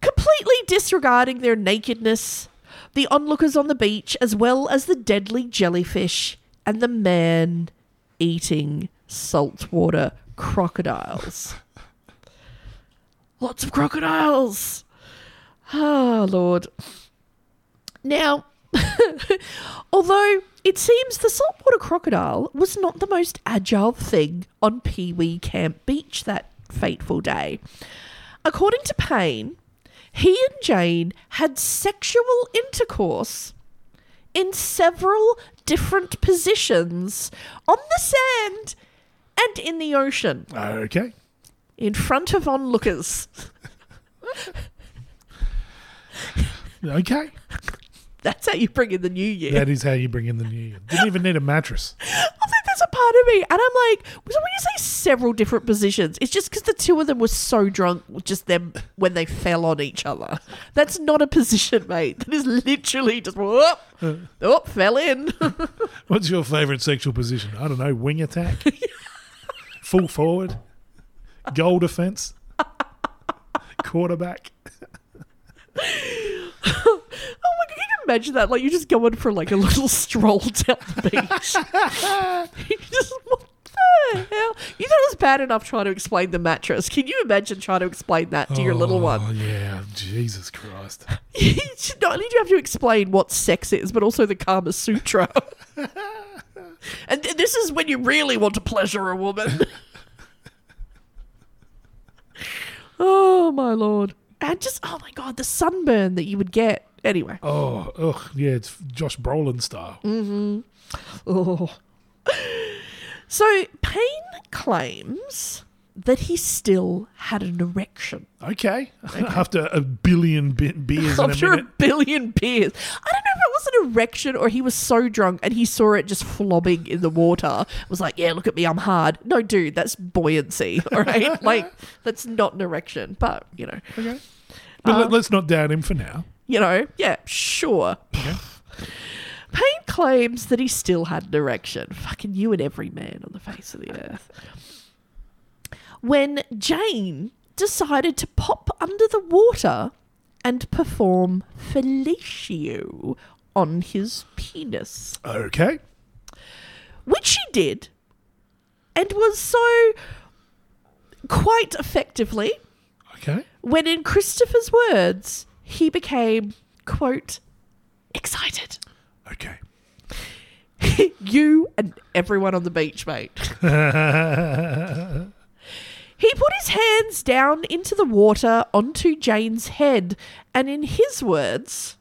Speaker 1: completely disregarding their nakedness, the onlookers on the beach, as well as the deadly jellyfish and the man eating saltwater crocodiles. Lots of crocodiles. Ah, Lord. Now, although it seems the saltwater crocodile was not the most agile thing on Pee Wee Camp Beach that fateful day, according to Payne, he and Jane had sexual intercourse in several different positions on the sand and in the ocean
Speaker 2: Okay.
Speaker 1: in front of onlookers.
Speaker 2: Okay.
Speaker 1: That's how you bring in the new year.
Speaker 2: That is how you bring in the new year. Didn't even need a mattress.
Speaker 1: I think there's a part of me, and I'm like, so when you say several different positions, it's just because the two of them were so drunk, with just them when they fell on each other. That's not a position, mate. That is literally just whoop, whoop, fell in.
Speaker 2: What's your favourite sexual position? I don't know. Wing attack? Full forward? Goal defence? Quarterback?
Speaker 1: Oh my god, can you imagine that? Like you're just going for like a little stroll down the beach. you just what the hell? You thought it was bad enough trying to explain the mattress. Can you imagine trying to explain that to your little
Speaker 2: Oh,
Speaker 1: one?
Speaker 2: yeah. Jesus Christ.
Speaker 1: You should Not only do you have to explain what sex is, but also the Kama Sutra. and th- this is when you really want to pleasure a woman. oh my lord. And just oh my god, the sunburn that you would get. Anyway.
Speaker 2: Oh, ugh. Yeah, it's Josh Brolin style.
Speaker 1: Oh. So Payne claims that he still had an erection.
Speaker 2: Okay. After a billion bi- beers in a
Speaker 1: After a
Speaker 2: minute.
Speaker 1: billion beers. I don't know if it was an erection or he was so drunk and he saw it just flobbing in the water. Was like, yeah, look at me, I'm hard. No, dude, that's buoyancy, all right? like, that's not an erection, but, you know,
Speaker 2: Okay. But let, us not doubt him for now.
Speaker 1: you know, yeah, sure. Payne claims that he still had an erection. Fucking you and every man on the face of the earth. When Jane decided to pop under the water and perform fellatio on his penis,
Speaker 2: Okay.
Speaker 1: which she did and was so quite effectively
Speaker 2: Okay.
Speaker 1: when, in Christopher's words, he became, quote, excited.
Speaker 2: Okay.
Speaker 1: you and everyone on the beach, mate. he put his hands down into the water onto Jane's head, and in his words,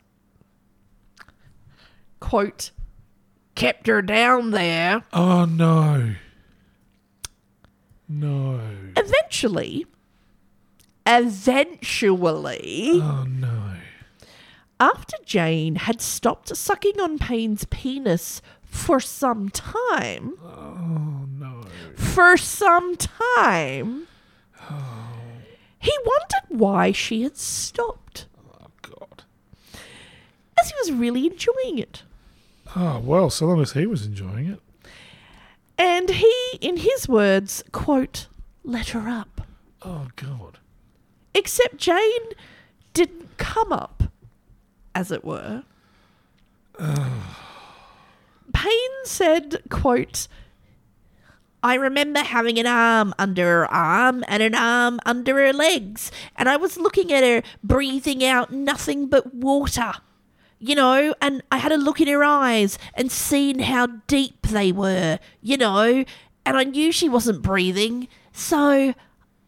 Speaker 1: quote, kept her down there.
Speaker 2: Oh, no. No.
Speaker 1: Eventually, eventually,
Speaker 2: Oh, no.
Speaker 1: after Jane had stopped sucking on Payne's penis for some time,
Speaker 2: No.
Speaker 1: for some time. He wondered why she had stopped,
Speaker 2: Oh, God.
Speaker 1: as he was really enjoying it.
Speaker 2: Oh, well, so long as he was enjoying it.
Speaker 1: And he, in his words, quote, let her up.
Speaker 2: Oh, God.
Speaker 1: Except Jane didn't come up, as it were. Payne said, quote, I remember having an arm under her arm and an arm under her legs, and I was looking at her breathing out nothing but water. You know, and I had a look in her eyes and seen how deep they were, you know, and I knew she wasn't breathing, so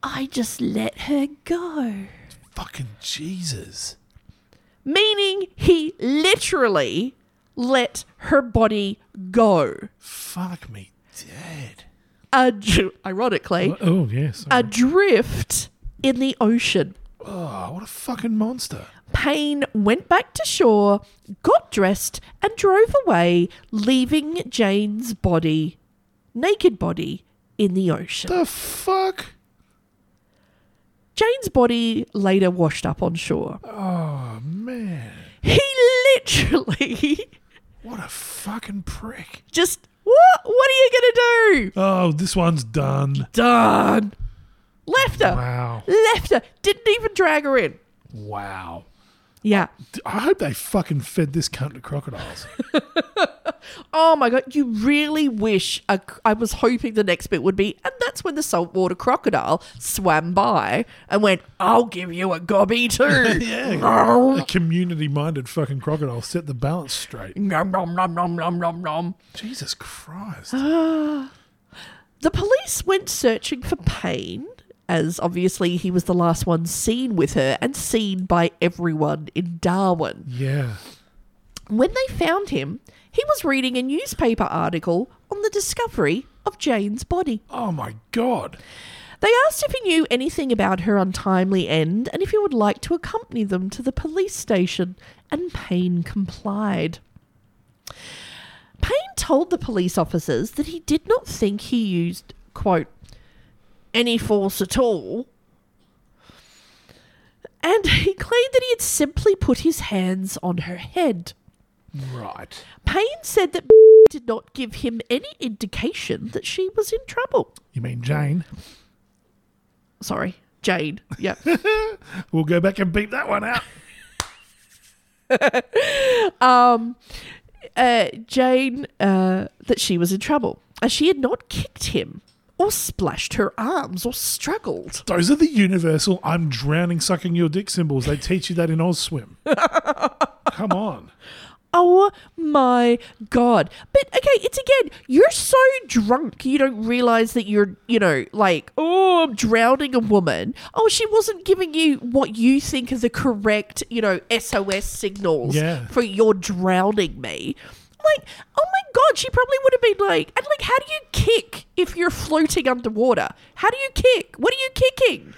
Speaker 1: I just let her go.
Speaker 2: Fucking Jesus.
Speaker 1: Meaning he literally let her body go.
Speaker 2: Fuck me dead.
Speaker 1: Ad- ironically,
Speaker 2: Oh, yes.
Speaker 1: adrift in the ocean.
Speaker 2: Oh, what a fucking monster.
Speaker 1: Payne went back to shore, got dressed, and drove away, leaving Jane's body, naked body, in the ocean.
Speaker 2: The fuck?
Speaker 1: Jane's body later washed up on shore.
Speaker 2: Man,
Speaker 1: He literally
Speaker 2: what a fucking prick.
Speaker 1: just, what? What are you going to do?
Speaker 2: Oh, this one's done.
Speaker 1: Done. Left her.
Speaker 2: Wow.
Speaker 1: Left her. Didn't even drag her in.
Speaker 2: Wow.
Speaker 1: Yeah.
Speaker 2: D- I hope they fucking fed this cunt to crocodiles.
Speaker 1: Oh my god, you really wish. A, I was hoping the next bit would be, and that's when the saltwater crocodile swam by and went, "I'll give you a gobby too."
Speaker 2: yeah. A community minded fucking crocodile set the balance straight.
Speaker 1: nom nom nom nom nom nom nom.
Speaker 2: Jesus Christ.
Speaker 1: The police went searching for Payne, as obviously he was the last one seen with her and seen by everyone in Darwin.
Speaker 2: Yeah.
Speaker 1: When they found him, he was reading a newspaper article on the discovery of Jane's body.
Speaker 2: Oh my God.
Speaker 1: They asked if he knew anything about her untimely end and if he would like to accompany them to the police station, and Payne complied. Payne told the police officers that he did not think he used, quote, any force at all. And he claimed that he had simply put his hands on her head.
Speaker 2: Right.
Speaker 1: Payne said that did not give him any indication that she was in trouble.
Speaker 2: You mean Jane?
Speaker 1: Sorry, Jade. Yeah.
Speaker 2: We'll go back and beat that one out.
Speaker 1: uh, Jane uh, that she was in trouble, as she had not kicked him or splashed her arms or struggled.
Speaker 2: Those are the universal I'm drowning sucking your dick symbols. They teach you that in Oz Swim. Come on.
Speaker 1: Oh my god! But okay, it's again. You're so drunk, you don't realize that you're, you know, like oh, I'm drowning a woman. Oh, she wasn't giving you what you think are the correct, you know, SOS signals
Speaker 2: Yeah.
Speaker 1: for you're drowning me. like, oh my god, she probably would have been like, and like, how do you kick if you're floating underwater? How do you kick? What are you kicking?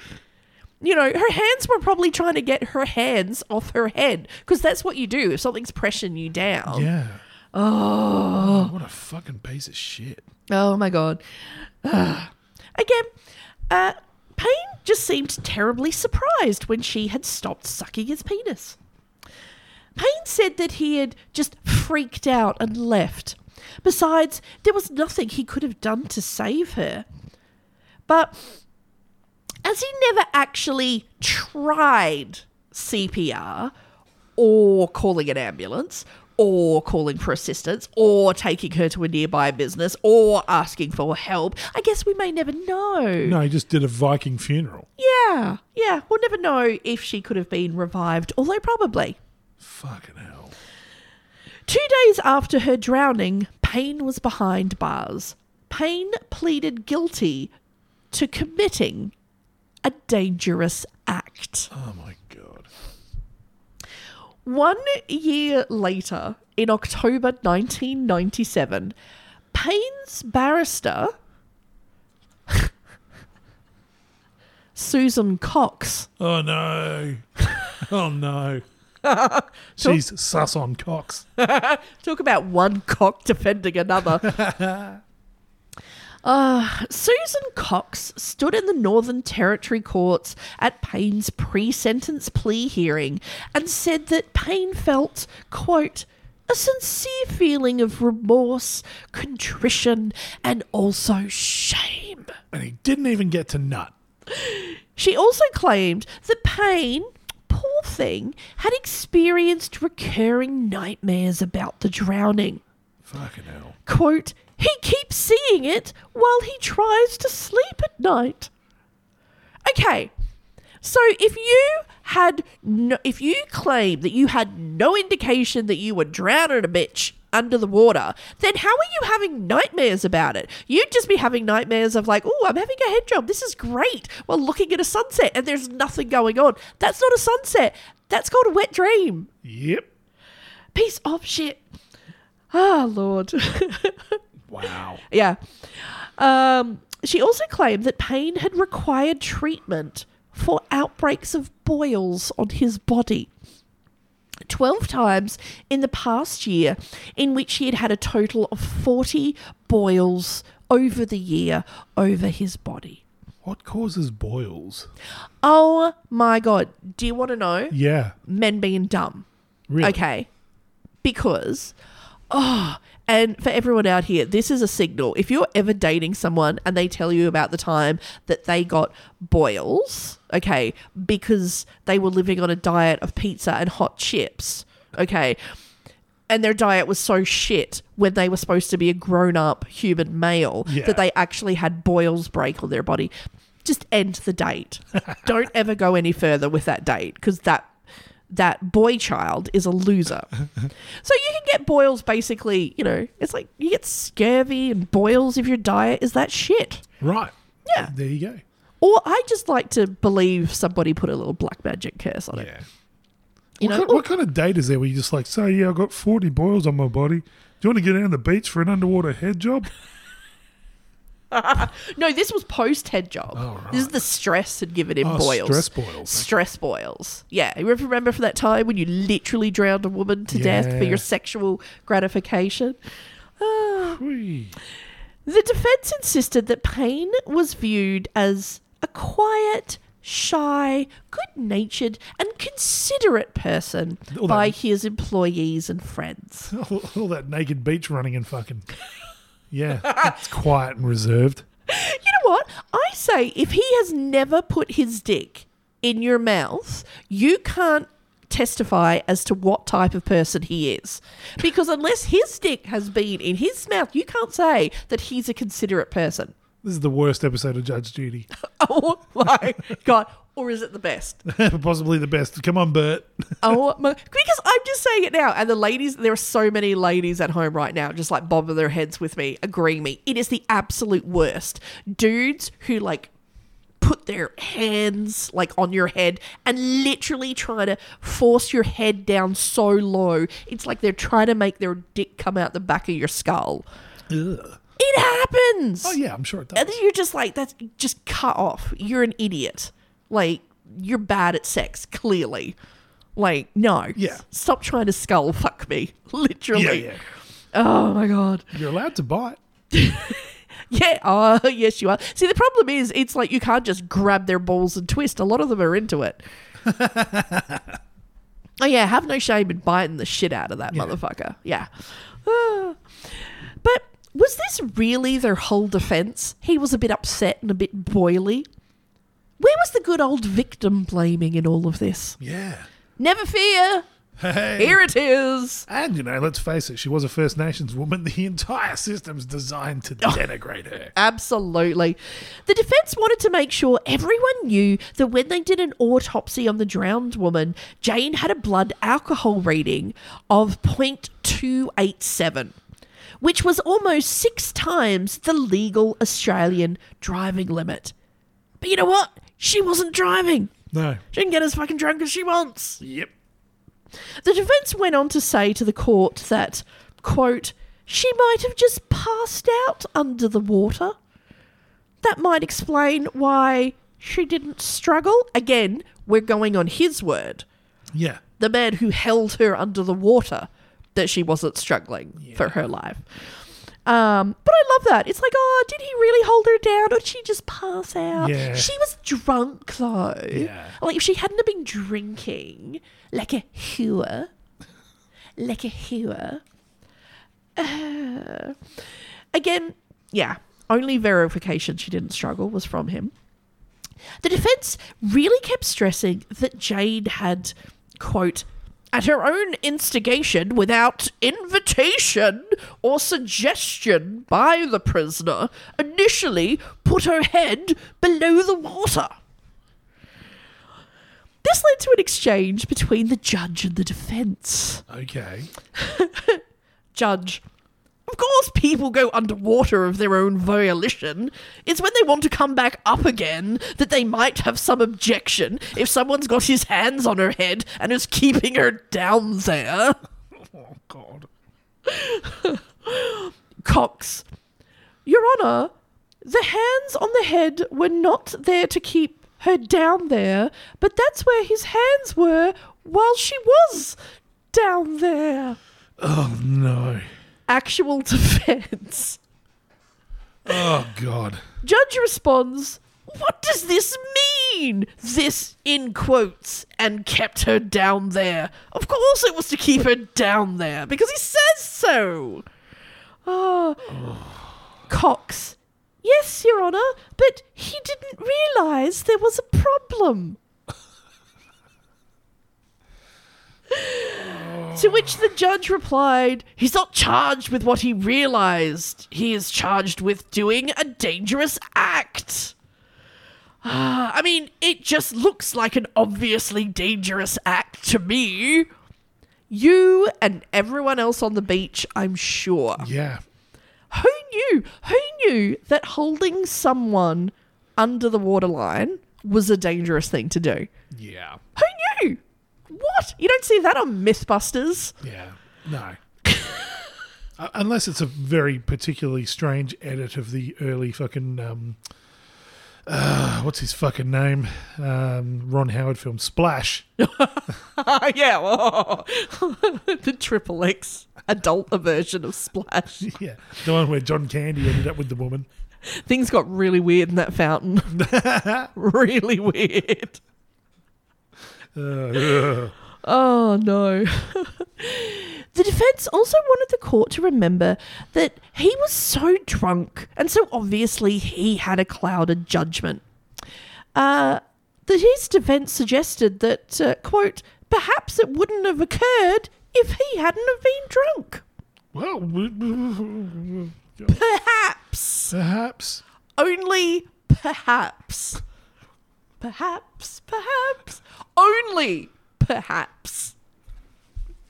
Speaker 1: You know, her hands were probably trying to get her hands off her head because that's what you do if something's pressing you down.
Speaker 2: Yeah. Oh. What a fucking piece of shit.
Speaker 1: Oh my god. Ugh. Again, uh, Payne just seemed terribly surprised when she had stopped sucking his penis. Payne said that he had just freaked out and left. Besides, there was nothing he could have done to save her. But as he never actually tried CPR or calling an ambulance or calling for assistance or taking her to a nearby business or asking for help, I guess we may never know.
Speaker 2: No, he just did a Viking funeral.
Speaker 1: Yeah, yeah, we'll never know if she could have been revived, although probably.
Speaker 2: Fucking hell.
Speaker 1: Two days after her drowning, Payne was behind bars. Payne pleaded guilty to committing a dangerous act.
Speaker 2: Oh my god.
Speaker 1: One year later, in October 1997, Payne's barrister, Susan Cox,
Speaker 2: Oh no. oh no. She's sus on cocks.
Speaker 1: Talk about one cock defending another. Uh, Susan Cox stood in the Northern Territory courts at Payne's pre sentence plea hearing and said that Payne felt, quote, a sincere feeling of remorse, contrition, and also shame.
Speaker 2: And he didn't even get to nut.
Speaker 1: She also claimed that Payne, poor thing, had experienced recurring nightmares about the drowning.
Speaker 2: Fucking hell.
Speaker 1: quote, he keeps seeing it while he tries to sleep at night. Okay, so if you had, no, if you claim that you had no indication that you were drowning a bitch under the water, then how are you having nightmares about it? You'd just be having nightmares of like, oh, I'm having a head job. This is great. While looking at a sunset and there's nothing going on. That's not a sunset. That's called a wet dream
Speaker 2: Yep.
Speaker 1: piece of shit. Ah, Lord.
Speaker 2: Wow.
Speaker 1: yeah. Um, she also claimed that Payne had required treatment for outbreaks of boils on his body. 12 times in the past year, in which he had had a total of 40 boils over the year over his body.
Speaker 2: What causes boils?
Speaker 1: Oh my God. Do you want to know?
Speaker 2: Yeah.
Speaker 1: Men being dumb.
Speaker 2: Really?
Speaker 1: Okay. Because, oh, and for everyone out here, this is a signal. If you're ever dating someone and they tell you about the time that they got boils, okay, because they were living on a diet of pizza and hot chips, okay, and their diet was so shit when they were supposed to be a grown up human male
Speaker 2: Yeah.
Speaker 1: that they actually had boils break on their body. Just end the date. Don't ever go any further with that date because that that boy child is a loser. so you can get boils basically, you know, it's like you get scurvy and boils if your diet is that shit.
Speaker 2: Right.
Speaker 1: Yeah.
Speaker 2: There you go.
Speaker 1: Or I just like to believe somebody put a little black magic curse on it.
Speaker 2: Yeah.
Speaker 1: You
Speaker 2: what,
Speaker 1: know,
Speaker 2: kind, what kind of date is there where you just like, say, yeah, I've got 40 boils on my body. Do you want to get down to the beach for an underwater head job?
Speaker 1: No, this was post head job. This is the stress had given him
Speaker 2: Oh,
Speaker 1: boils.
Speaker 2: stress boils.
Speaker 1: Stress boils. Yeah. You ever remember from that time when you literally drowned a woman to death for
Speaker 2: Yeah.
Speaker 1: your sexual gratification? Ah.
Speaker 2: Whee.
Speaker 1: The defense insisted that Payne was viewed as a quiet, shy, good natured, and considerate person
Speaker 2: All
Speaker 1: by
Speaker 2: that-
Speaker 1: his employees and friends.
Speaker 2: all, all that naked beach running and fucking. Yeah. it's quiet and reserved.
Speaker 1: You know what? I say if he has never put his dick in your mouth, you can't testify as to what type of person he is. Because unless his dick has been in his mouth, you can't say that he's a considerate person.
Speaker 2: This is the worst episode of Judge Judy.
Speaker 1: Oh my God. Or is it the best?
Speaker 2: Possibly the best. Come on, Bert.
Speaker 1: Oh my! Because I'm just saying it now, and the ladies, there are so many ladies at home right now, just like bobbing their heads with me, agreeing me. It is the absolute worst. Dudes who like put their hands like on your head and literally try to force your head down so low. It's like they're trying to make their dick come out the back of your skull.
Speaker 2: Ugh.
Speaker 1: It happens.
Speaker 2: Oh yeah, I'm sure it does.
Speaker 1: And then you're just like, that's just cut off. You're an idiot. Like, you're bad at sex, clearly. Like, no.
Speaker 2: Yeah.
Speaker 1: Stop trying to skull fuck me. Literally.
Speaker 2: yeah, yeah.
Speaker 1: Oh my god.
Speaker 2: You're allowed to bite.
Speaker 1: Yeah. Oh, yes, you are. See, the problem is, it's like you can't just grab their balls and twist. A lot of them are into it. oh yeah, have no shame in biting the shit out of that motherfucker. Yeah. Ah. but was this really their whole defense? He was a bit upset and a bit boily. Where was the good old victim blaming in all of this?
Speaker 2: Yeah.
Speaker 1: Never fear.
Speaker 2: Hey.
Speaker 1: Here it is.
Speaker 2: and you know, let's face it, she was a First Nations woman. The entire system's designed to denigrate her.
Speaker 1: Absolutely. The defense wanted to make sure everyone knew that when they did an autopsy on the drowned woman, Jane had a blood alcohol reading of 0.287, which was almost six times the legal Australian driving limit. But you know what? She wasn't driving.
Speaker 2: No.
Speaker 1: She can get as fucking drunk as she wants.
Speaker 2: Yep.
Speaker 1: The defense went on to say to the court that, quote, she might have just passed out under the water. That might explain why she didn't struggle. Again, we're going on his word.
Speaker 2: Yeah.
Speaker 1: The man who held her under the water, that she wasn't struggling for her life. Um, but I love that. It's like, oh, did he really hold her down or did she just pass out?
Speaker 2: Yeah.
Speaker 1: She was drunk though.
Speaker 2: Yeah.
Speaker 1: Like if she hadn't have been drinking like a hooer, like a hooer. Uh, again, yeah. Only verification she didn't struggle was from him. The defense really kept stressing that Jade had, quote, at her own instigation, without invitation or suggestion by the prisoner, initially put her head below the water. This led to an exchange between the judge and the defense.
Speaker 2: Okay.
Speaker 1: Judge. Of course, people go underwater of their own volition. It's when they want to come back up again that they might have some objection if someone's got his hands on her head and is keeping her down there.
Speaker 2: Oh God.
Speaker 1: Cox. Your Honour, the hands on the head were not there to keep her down there, but that's where his hands were while she was down there.
Speaker 2: Oh no.
Speaker 1: Actual defense.
Speaker 2: Oh God.
Speaker 1: Judge responds, What does this mean? This in quotes and kept her down there. Of course it was to keep her down there because he says so. Ah, Cox. Yes, Your Honour, but he didn't realise there was a problem. To which the judge replied, He's not charged with what he realized. He is charged with doing a dangerous act. Ah, I mean, it just looks like an obviously dangerous act to me. You and everyone else on the beach, I'm sure.
Speaker 2: Yeah.
Speaker 1: Who knew? Who knew that holding someone under the waterline was a dangerous thing to do?
Speaker 2: Yeah.
Speaker 1: Who knew? What? You don't see that on Mythbusters.
Speaker 2: Yeah. No. Uh, Unless it's a very particularly strange edit of the early fucking um, uh, what's his fucking name? Um, Ron Howard film Splash.
Speaker 1: Oh, yeah. whoa. the triple X adult version of Splash.
Speaker 2: yeah, the one where John Candy ended up with the woman.
Speaker 1: Things got really weird in that fountain. really weird.
Speaker 2: Uh,
Speaker 1: Oh, no. the defense also wanted the court to remember that he was so drunk, and so obviously he had a clouded judgment. Uh, that his defense suggested that, uh, quote, perhaps it wouldn't have occurred if he hadn't have been drunk.
Speaker 2: well,
Speaker 1: Perhaps.
Speaker 2: perhaps.
Speaker 1: only perhaps. Perhaps, perhaps, only perhaps.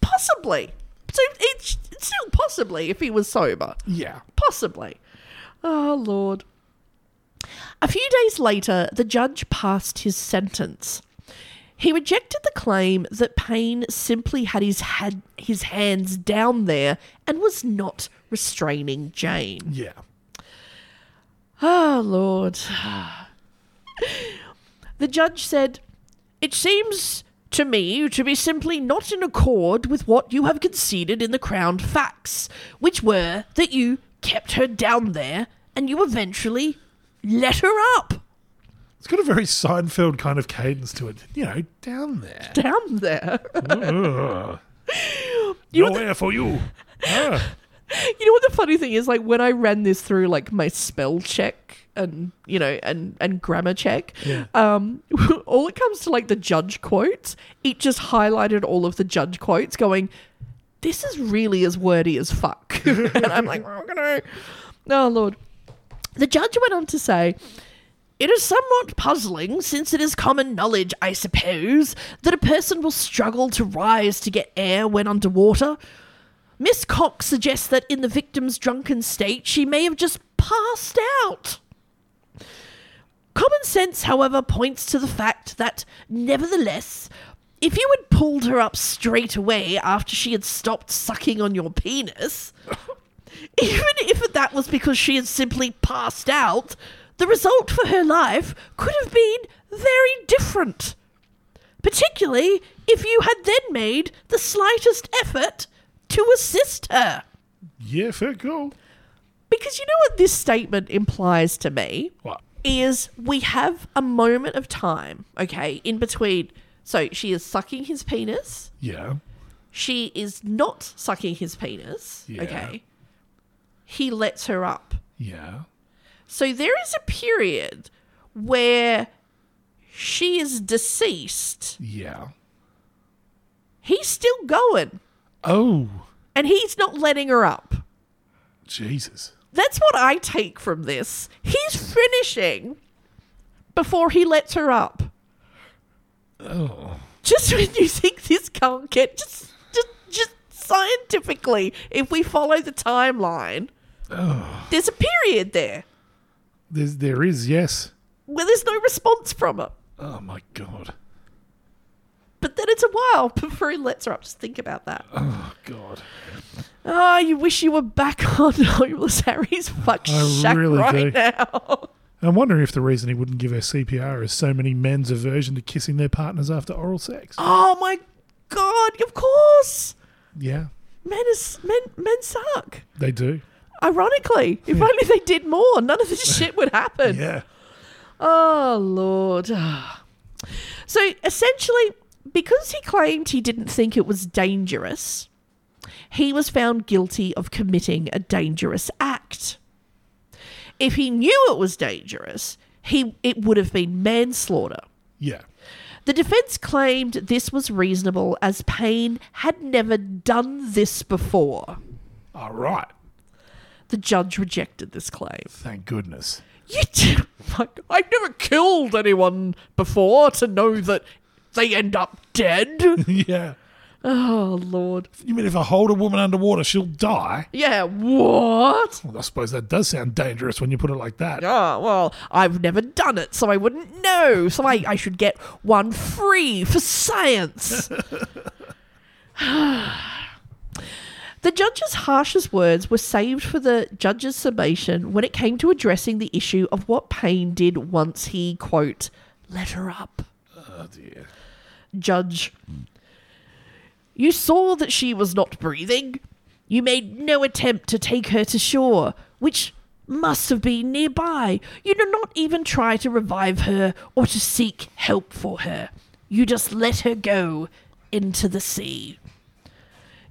Speaker 1: Possibly. So it's it's still possibly if he was sober.
Speaker 2: Yeah.
Speaker 1: Possibly. Oh, Lord. A few days later, the judge passed his sentence. He rejected the claim that Payne simply had his, had his hands down there and was not restraining Jane.
Speaker 2: Yeah.
Speaker 1: Oh, Lord. the judge said, It seems to me to be simply not in accord with what you have conceded in the Crown facts, which were that you kept her down there and you eventually let her up.
Speaker 2: It's got a very Seinfeld kind of cadence to it. You know, down there.
Speaker 1: Down there.
Speaker 2: Ugh.
Speaker 1: You were
Speaker 2: Nowhere for you. Ah.
Speaker 1: you know what the funny thing is like when i ran this through like my spell check and you know and and grammar check
Speaker 2: Yeah.
Speaker 1: um all it comes to like the judge quotes it just highlighted all of the judge quotes going this is really as wordy as fuck and i'm like oh, gonna... oh lord the judge went on to say it is somewhat puzzling, since it is common knowledge, I suppose, that a person will struggle to rise to get air when underwater. Miss Cox suggests that in the victim's drunken state, she may have just passed out. Common sense, however, points to the fact that, nevertheless, if you had pulled her up straight away after she had stopped sucking on your penis, even if that was because she had simply passed out, the result for her life could have been very different particularly if you had then made the slightest effort to assist her.
Speaker 2: Yeah, fair go.
Speaker 1: Because you know what this statement implies to me?
Speaker 2: What?
Speaker 1: Is we have a moment of time, okay, in between. So she is sucking his penis.
Speaker 2: Yeah.
Speaker 1: She is not sucking his penis,
Speaker 2: Yeah.
Speaker 1: okay. He lets her up.
Speaker 2: Yeah.
Speaker 1: So there is a period where she is deceased.
Speaker 2: Yeah.
Speaker 1: He's still going
Speaker 2: Oh,
Speaker 1: and he's not letting her up.
Speaker 2: Jesus.
Speaker 1: That's what I take from this. He's finishing before he lets her up.
Speaker 2: Oh.
Speaker 1: Just when you think this can't get just just just scientifically, if we follow the timeline, there's a period there
Speaker 2: There's, there is, yes.
Speaker 1: where there's no response from her.
Speaker 2: Oh, my God.
Speaker 1: But then it's a while before he lets her up. Just think about that.
Speaker 2: Oh, God.
Speaker 1: Oh, you wish you were back on Homeless Harry's fuck
Speaker 2: I
Speaker 1: shack
Speaker 2: really
Speaker 1: right
Speaker 2: do.
Speaker 1: now.
Speaker 2: I'm wondering if the reason he wouldn't give her CPR is so many men's aversion to kissing their partners after oral sex.
Speaker 1: Oh my god, of course.
Speaker 2: Yeah,
Speaker 1: Men is men men suck.
Speaker 2: they do.
Speaker 1: Ironically, if only they did more, none of this shit would happen.
Speaker 2: Yeah.
Speaker 1: Oh, Lord. So essentially, because he claimed he didn't think it was dangerous, he was found guilty of committing a dangerous act. If he knew it was dangerous, he, it would have been manslaughter.
Speaker 2: Yeah.
Speaker 1: The defense claimed this was reasonable as Payne had never done this before.
Speaker 2: All right.
Speaker 1: The judge rejected this claim.
Speaker 2: Thank goodness.
Speaker 1: You do. Fuck, I've never killed anyone before to know that they end up dead.
Speaker 2: yeah.
Speaker 1: oh, Lord.
Speaker 2: You mean if I hold a woman underwater, she'll die?
Speaker 1: Yeah, what?
Speaker 2: Well, I suppose that does sound dangerous when you put it like that.
Speaker 1: Oh, well, I've never done it, so I wouldn't know. So I, I should get one free for science. the judge's harshest words were saved for the judge's summation when it came to addressing the issue of what Payne did once he, quote, let her up.
Speaker 2: Oh, dear.
Speaker 1: judge. You saw that she was not breathing. You made no attempt to take her to shore, which must have been nearby. You did not even try to revive her or to seek help for her. You just let her go into the sea.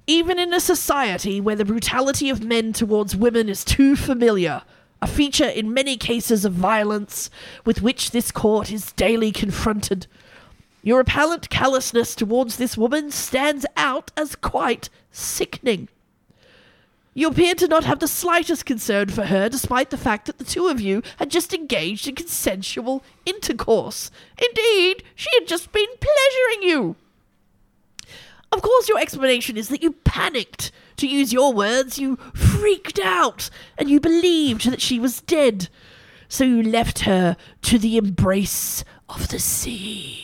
Speaker 1: Even in a society where the brutality of men towards women is too familiar, a feature in many cases of violence with which this court is daily confronted, your apparent callousness towards this woman stands out as quite sickening. You appear to not have the slightest concern for her, despite the fact that the two of you had just engaged in consensual intercourse. Indeed, she had just been pleasuring you. Of course, your explanation is that you panicked. To use your words, you freaked out, and you believed that she was dead. So you left her to the embrace of the sea.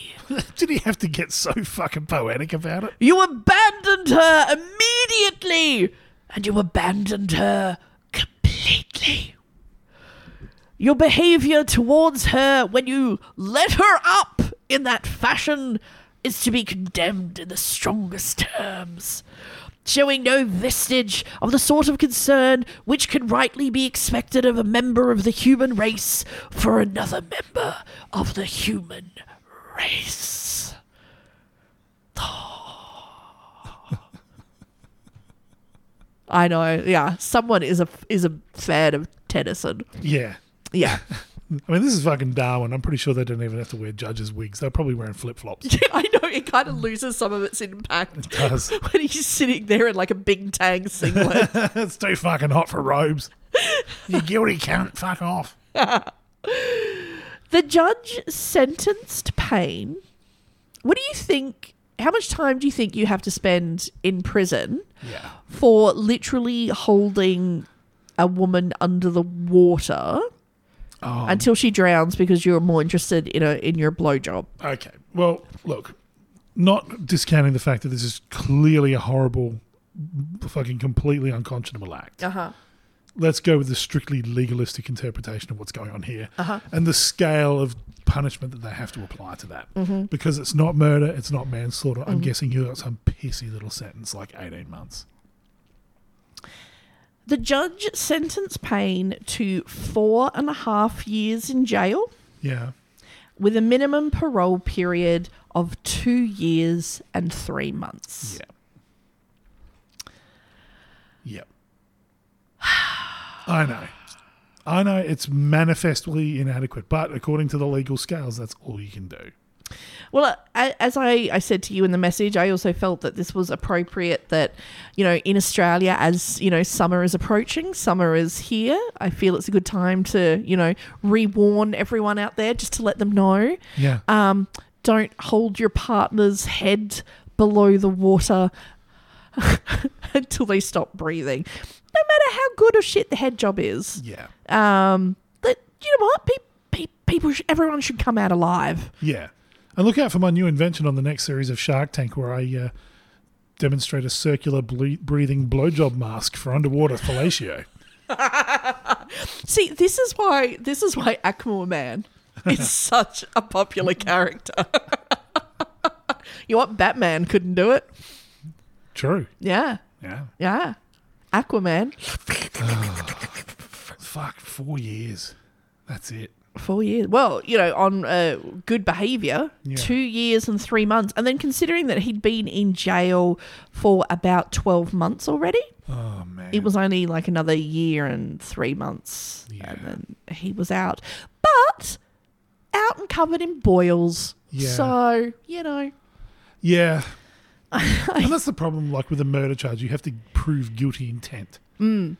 Speaker 2: Did he have to get so fucking poetic about it?
Speaker 1: You abandoned her immediately, and you abandoned her completely. Your behavior towards her when you let her up in that fashion is to be condemned in the strongest terms, showing no vestige of the sort of concern which can rightly be expected of a member of the human race for another member of the human race. I know. Yeah, someone is a is a fan of Tennyson.
Speaker 2: Yeah.
Speaker 1: Yeah,
Speaker 2: I mean, this is fucking Darwin. I'm pretty sure they don't even have to wear judges' wigs. They're probably wearing flip flops.
Speaker 1: I know. It kind of loses some of its impact
Speaker 2: does.
Speaker 1: when he's sitting there in like a big tang singlet.
Speaker 2: it's too fucking hot for robes. You guilty cunt. Fuck off.
Speaker 1: the judge sentenced Payne. What do you think? How much time do you think you have to spend in prison
Speaker 2: Yeah.
Speaker 1: for literally holding a woman under the water
Speaker 2: Oh.
Speaker 1: until she drowns because you're more interested in a in your blowjob?
Speaker 2: Okay. Well, look, not discounting the fact that this is clearly a horrible, fucking completely unconscionable act.
Speaker 1: Uh huh.
Speaker 2: Let's go with the strictly legalistic interpretation of what's going on here and the scale of punishment that they have to apply to that. Because it's not murder, it's not manslaughter. I'm guessing you got some pissy little sentence like 18 months.
Speaker 1: The judge sentenced Payne to four and a half years in jail
Speaker 2: Yeah.
Speaker 1: with a minimum parole period of two years and three months.
Speaker 2: Yeah. Yep. I know. I know it's manifestly inadequate, but according to the legal scales, that's all you can do.
Speaker 1: Well, uh, a- as I, I said to you in the message, I also felt that this was appropriate that, you know, in Australia, as, you know, summer is approaching, summer is here. I feel it's a good time to, you know, rewarn everyone out there just to let them know.
Speaker 2: Yeah. Uh,
Speaker 1: um, don't hold your partner's head below the water until they stop breathing. No matter how good or shit the head job is,
Speaker 2: yeah.
Speaker 1: um, that you know what, pe- pe- people, sh- everyone should come out alive.
Speaker 2: Yeah. And look out for my new invention on the next series of Shark Tank where I uh, demonstrate a circular ble- breathing blowjob mask for underwater fellatio.
Speaker 1: See, this is why this is why Akmal Man is such a popular character. you know what? Batman couldn't do it.
Speaker 2: True.
Speaker 1: Yeah,
Speaker 2: Yeah.
Speaker 1: yeah. Aquaman,
Speaker 2: Fuck, four years. That's it.
Speaker 1: Four years. Well, you know, on uh, good behaviour,
Speaker 2: Yeah.
Speaker 1: two years and three months. And then considering that he'd been in jail for about 12 months already,
Speaker 2: Oh, man.
Speaker 1: it was only like another year and three months.
Speaker 2: Yeah.
Speaker 1: And then he was out. But out and covered in boils.
Speaker 2: Yeah.
Speaker 1: So, you know,
Speaker 2: Yeah. and that's the problem, like with a murder charge, you have to prove guilty intent. Mm.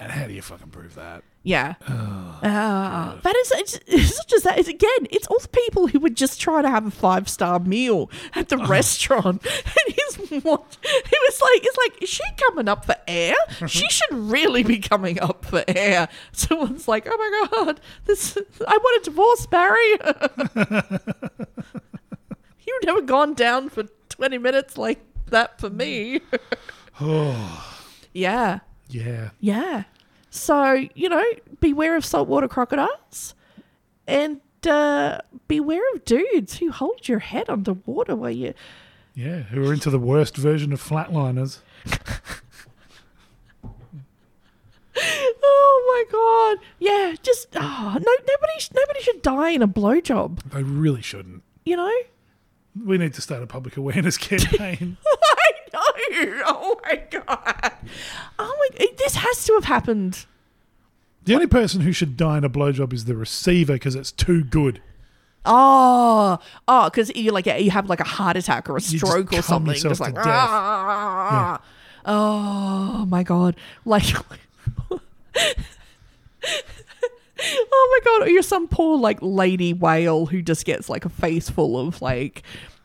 Speaker 2: And how do you fucking prove that?
Speaker 1: yeah. Ah. but it's, it's, it's not just that. It's again, it's all the people who would just try to have a five star meal at the restaurant. And he's what? He was like, it's like, is she coming up for air? she should really be coming up for air. Someone's like, oh my God, this, I want a divorce, Barry. You've never gone down for 20 minutes like that for me. yeah.
Speaker 2: Yeah.
Speaker 1: Yeah. So, you know, beware of saltwater crocodiles and uh, beware of dudes who hold your head underwater while you.
Speaker 2: Yeah. Who are into the worst version of flatliners.
Speaker 1: Oh my God. Yeah, just. Oh, no, nobody, sh- nobody should die in a blowjob,
Speaker 2: They really shouldn't.
Speaker 1: you know?
Speaker 2: We need to start a public awareness campaign.
Speaker 1: I know. Oh my God. Oh my. This has to have happened.
Speaker 2: the only person who should die in a blowjob is the receiver because it's too good.
Speaker 1: Oh, oh, because you like you have like a heart attack or a
Speaker 2: just
Speaker 1: stroke or
Speaker 2: cum
Speaker 1: something.
Speaker 2: yourself
Speaker 1: Just like,
Speaker 2: to death.
Speaker 1: "Ah." oh my god, like, oh my god, or you're some poor like lady whale who just gets like a face full of like.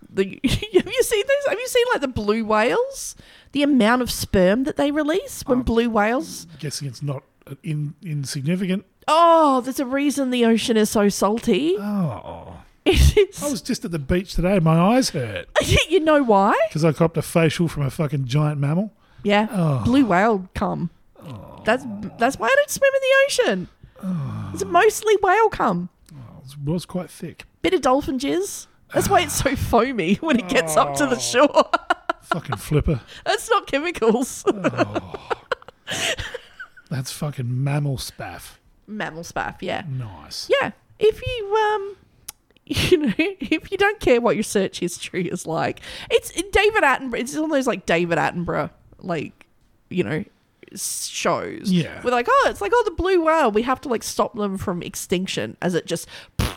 Speaker 1: The, have you seen those? Have you seen like the blue whales? The
Speaker 2: Oh.
Speaker 1: amount of sperm that they release when blue whales
Speaker 2: Guessing it's not in, insignificant.
Speaker 1: Oh, there's a reason the ocean is so salty.
Speaker 2: Oh.
Speaker 1: It
Speaker 2: I
Speaker 1: is.
Speaker 2: was just at the beach today. My eyes hurt
Speaker 1: you know why?
Speaker 2: because I copped a facial from a fucking giant mammal.
Speaker 1: Yeah. Blue whale cum. That's that's why I don't swim in the ocean. It's mostly whale cum.
Speaker 2: It was, was quite thick.
Speaker 1: Bit of dolphin jizz. That's why it's so foamy when it gets up to the shore.
Speaker 2: Fucking flipper.
Speaker 1: That's not chemicals.
Speaker 2: That's fucking mammal spaff.
Speaker 1: Mammal spaff, yeah.
Speaker 2: Nice.
Speaker 1: Yeah. If you um you know, if you don't care what your search history is like, it's David Attenborough. It's one of those like David Attenborough, like you know, s- shows.
Speaker 2: Yeah.
Speaker 1: we're like, oh, it's like oh, the blue whale. We have to like stop them from extinction as it just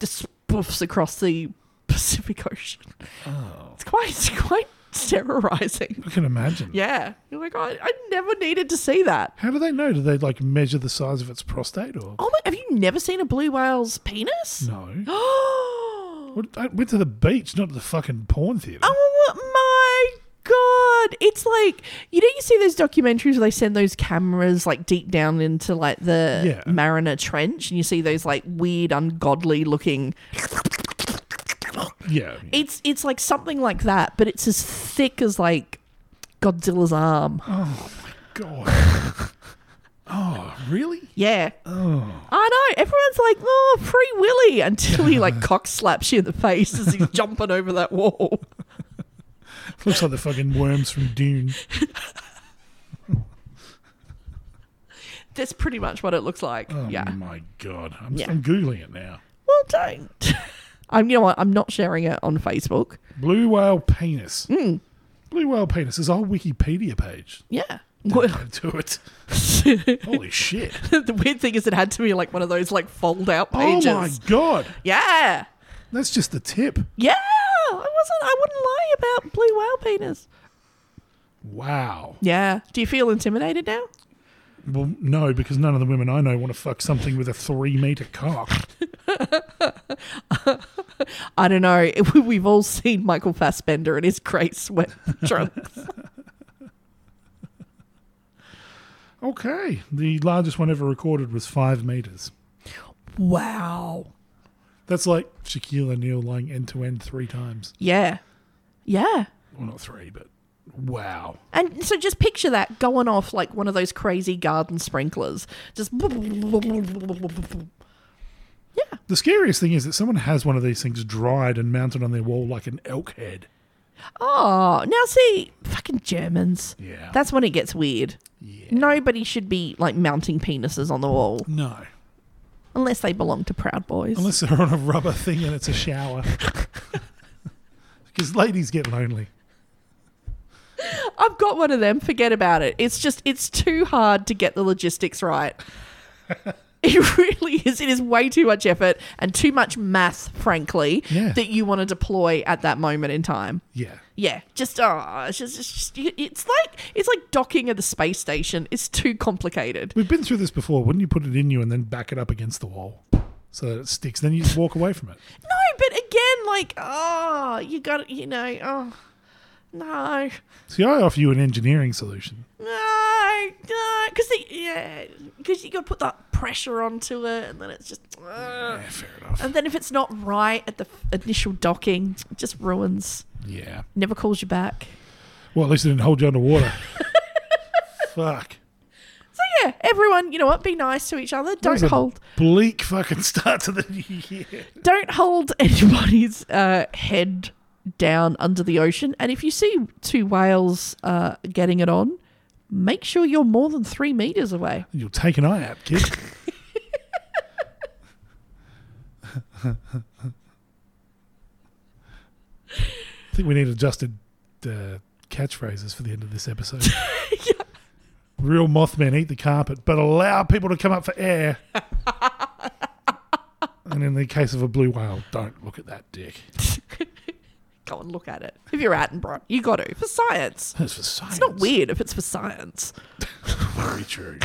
Speaker 1: just spoofs across the Pacific Ocean.
Speaker 2: Oh.
Speaker 1: It's quite, it's quite terrorizing.
Speaker 2: I can imagine.
Speaker 1: Yeah, you're like, oh, I, I never needed to see that.
Speaker 2: How do they know? Do they like measure the size of its prostate or
Speaker 1: Oh my, have you never seen a blue whale's penis?
Speaker 2: no?
Speaker 1: Oh.
Speaker 2: What- I went to the beach, not to the fucking porn theater.
Speaker 1: Oh my god! It's like you know you see those documentaries where they send those cameras like deep down into like the
Speaker 2: Yeah.
Speaker 1: Mariner Trench, and you see those like weird, ungodly looking.
Speaker 2: Yeah.
Speaker 1: It's it's like something like that, but it's as thick as like Godzilla's arm.
Speaker 2: God. oh, really?
Speaker 1: Yeah.
Speaker 2: Oh.
Speaker 1: I know. Everyone's like, oh, free Willy until he like cock slaps you in the face as he's jumping over that wall.
Speaker 2: Looks like the fucking worms from Dune.
Speaker 1: That's pretty much what it looks like.
Speaker 2: Oh
Speaker 1: yeah.
Speaker 2: my god. I'm,
Speaker 1: Yeah.
Speaker 2: I'm googling it now.
Speaker 1: Well, don't. I'm, you know what? I'm not sharing it on Facebook.
Speaker 2: Blue whale penis.
Speaker 1: Hmm.
Speaker 2: Blue whale penis is our Wikipedia page.
Speaker 1: Yeah.
Speaker 2: Go to it.
Speaker 1: the
Speaker 2: Holy shit.
Speaker 1: weird thing is, it had to be like one of those like fold out pages.
Speaker 2: Oh my god.
Speaker 1: Yeah.
Speaker 2: That's just the tip.
Speaker 1: Yeah. I wasn't. I wouldn't lie about blue whale penis.
Speaker 2: Wow.
Speaker 1: Yeah. Do you feel intimidated now?
Speaker 2: Well, no, because none of the women I know want to fuck something with a three meter cock.
Speaker 1: I don't know. We've all seen Michael Fassbender and his grey sweat trunks.
Speaker 2: Okay. The largest one ever recorded was five meters.
Speaker 1: wow.
Speaker 2: That's like Shaquille O'Neal lying end to end three times.
Speaker 1: Yeah. Yeah.
Speaker 2: Well, not three, but wow.
Speaker 1: And so just picture that going off like one of those crazy garden sprinklers. Just. Yeah.
Speaker 2: The scariest thing is that someone has one of these things dried and mounted on their wall like an elk head.
Speaker 1: Oh, now see, fucking Germans.
Speaker 2: Yeah.
Speaker 1: That's when it gets weird. Nobody should be like mounting penises on the wall
Speaker 2: No.
Speaker 1: unless they belong to Proud Boys.
Speaker 2: Unless they're on a rubber thing and it's a shower. Because ladies get lonely.
Speaker 1: I've got one of them. Forget about it. It's just, it's too hard to get the logistics right. it really is. It is way too much effort and too much math, frankly,
Speaker 2: Yeah.
Speaker 1: that you want to deploy at that moment in time.
Speaker 2: Yeah.
Speaker 1: Yeah, just oh, it's just, it's just it's like it's like docking at the space station. It's too complicated.
Speaker 2: We've been through this before. Wouldn't you put it in you and then back it up against the wall so that it sticks? Then you just walk away from it.
Speaker 1: No, but again, like, oh, you got, you know, oh, no,
Speaker 2: See, I offer you an engineering solution.
Speaker 1: no, no, because yeah, because you got to put that pressure onto it, and then it's just, uh,
Speaker 2: Yeah, fair enough.
Speaker 1: and then if it's not right at the f- initial docking, it just ruins.
Speaker 2: Yeah.
Speaker 1: Never calls you back.
Speaker 2: Well, at least it didn't hold you underwater. Fuck.
Speaker 1: So yeah, everyone, you know what? Be nice to each other.
Speaker 2: That was
Speaker 1: Don't
Speaker 2: a
Speaker 1: hold,
Speaker 2: Bleak fucking start to the year.
Speaker 1: don't hold anybody's uh, head down under the ocean. And if you see two whales uh, getting it on. Make sure you're more than three meters away.
Speaker 2: You'll take an eye out, kid. I think we need adjusted uh, catchphrases for the end of this episode. Real Mothman eat the carpet, but allow people to come up for air. and in the case of a blue whale, don't look at that dick.
Speaker 1: go and look at it. If you're Attenborough, you got to for science.
Speaker 2: That's for science.
Speaker 1: It's not weird if it's for science.
Speaker 2: Very true.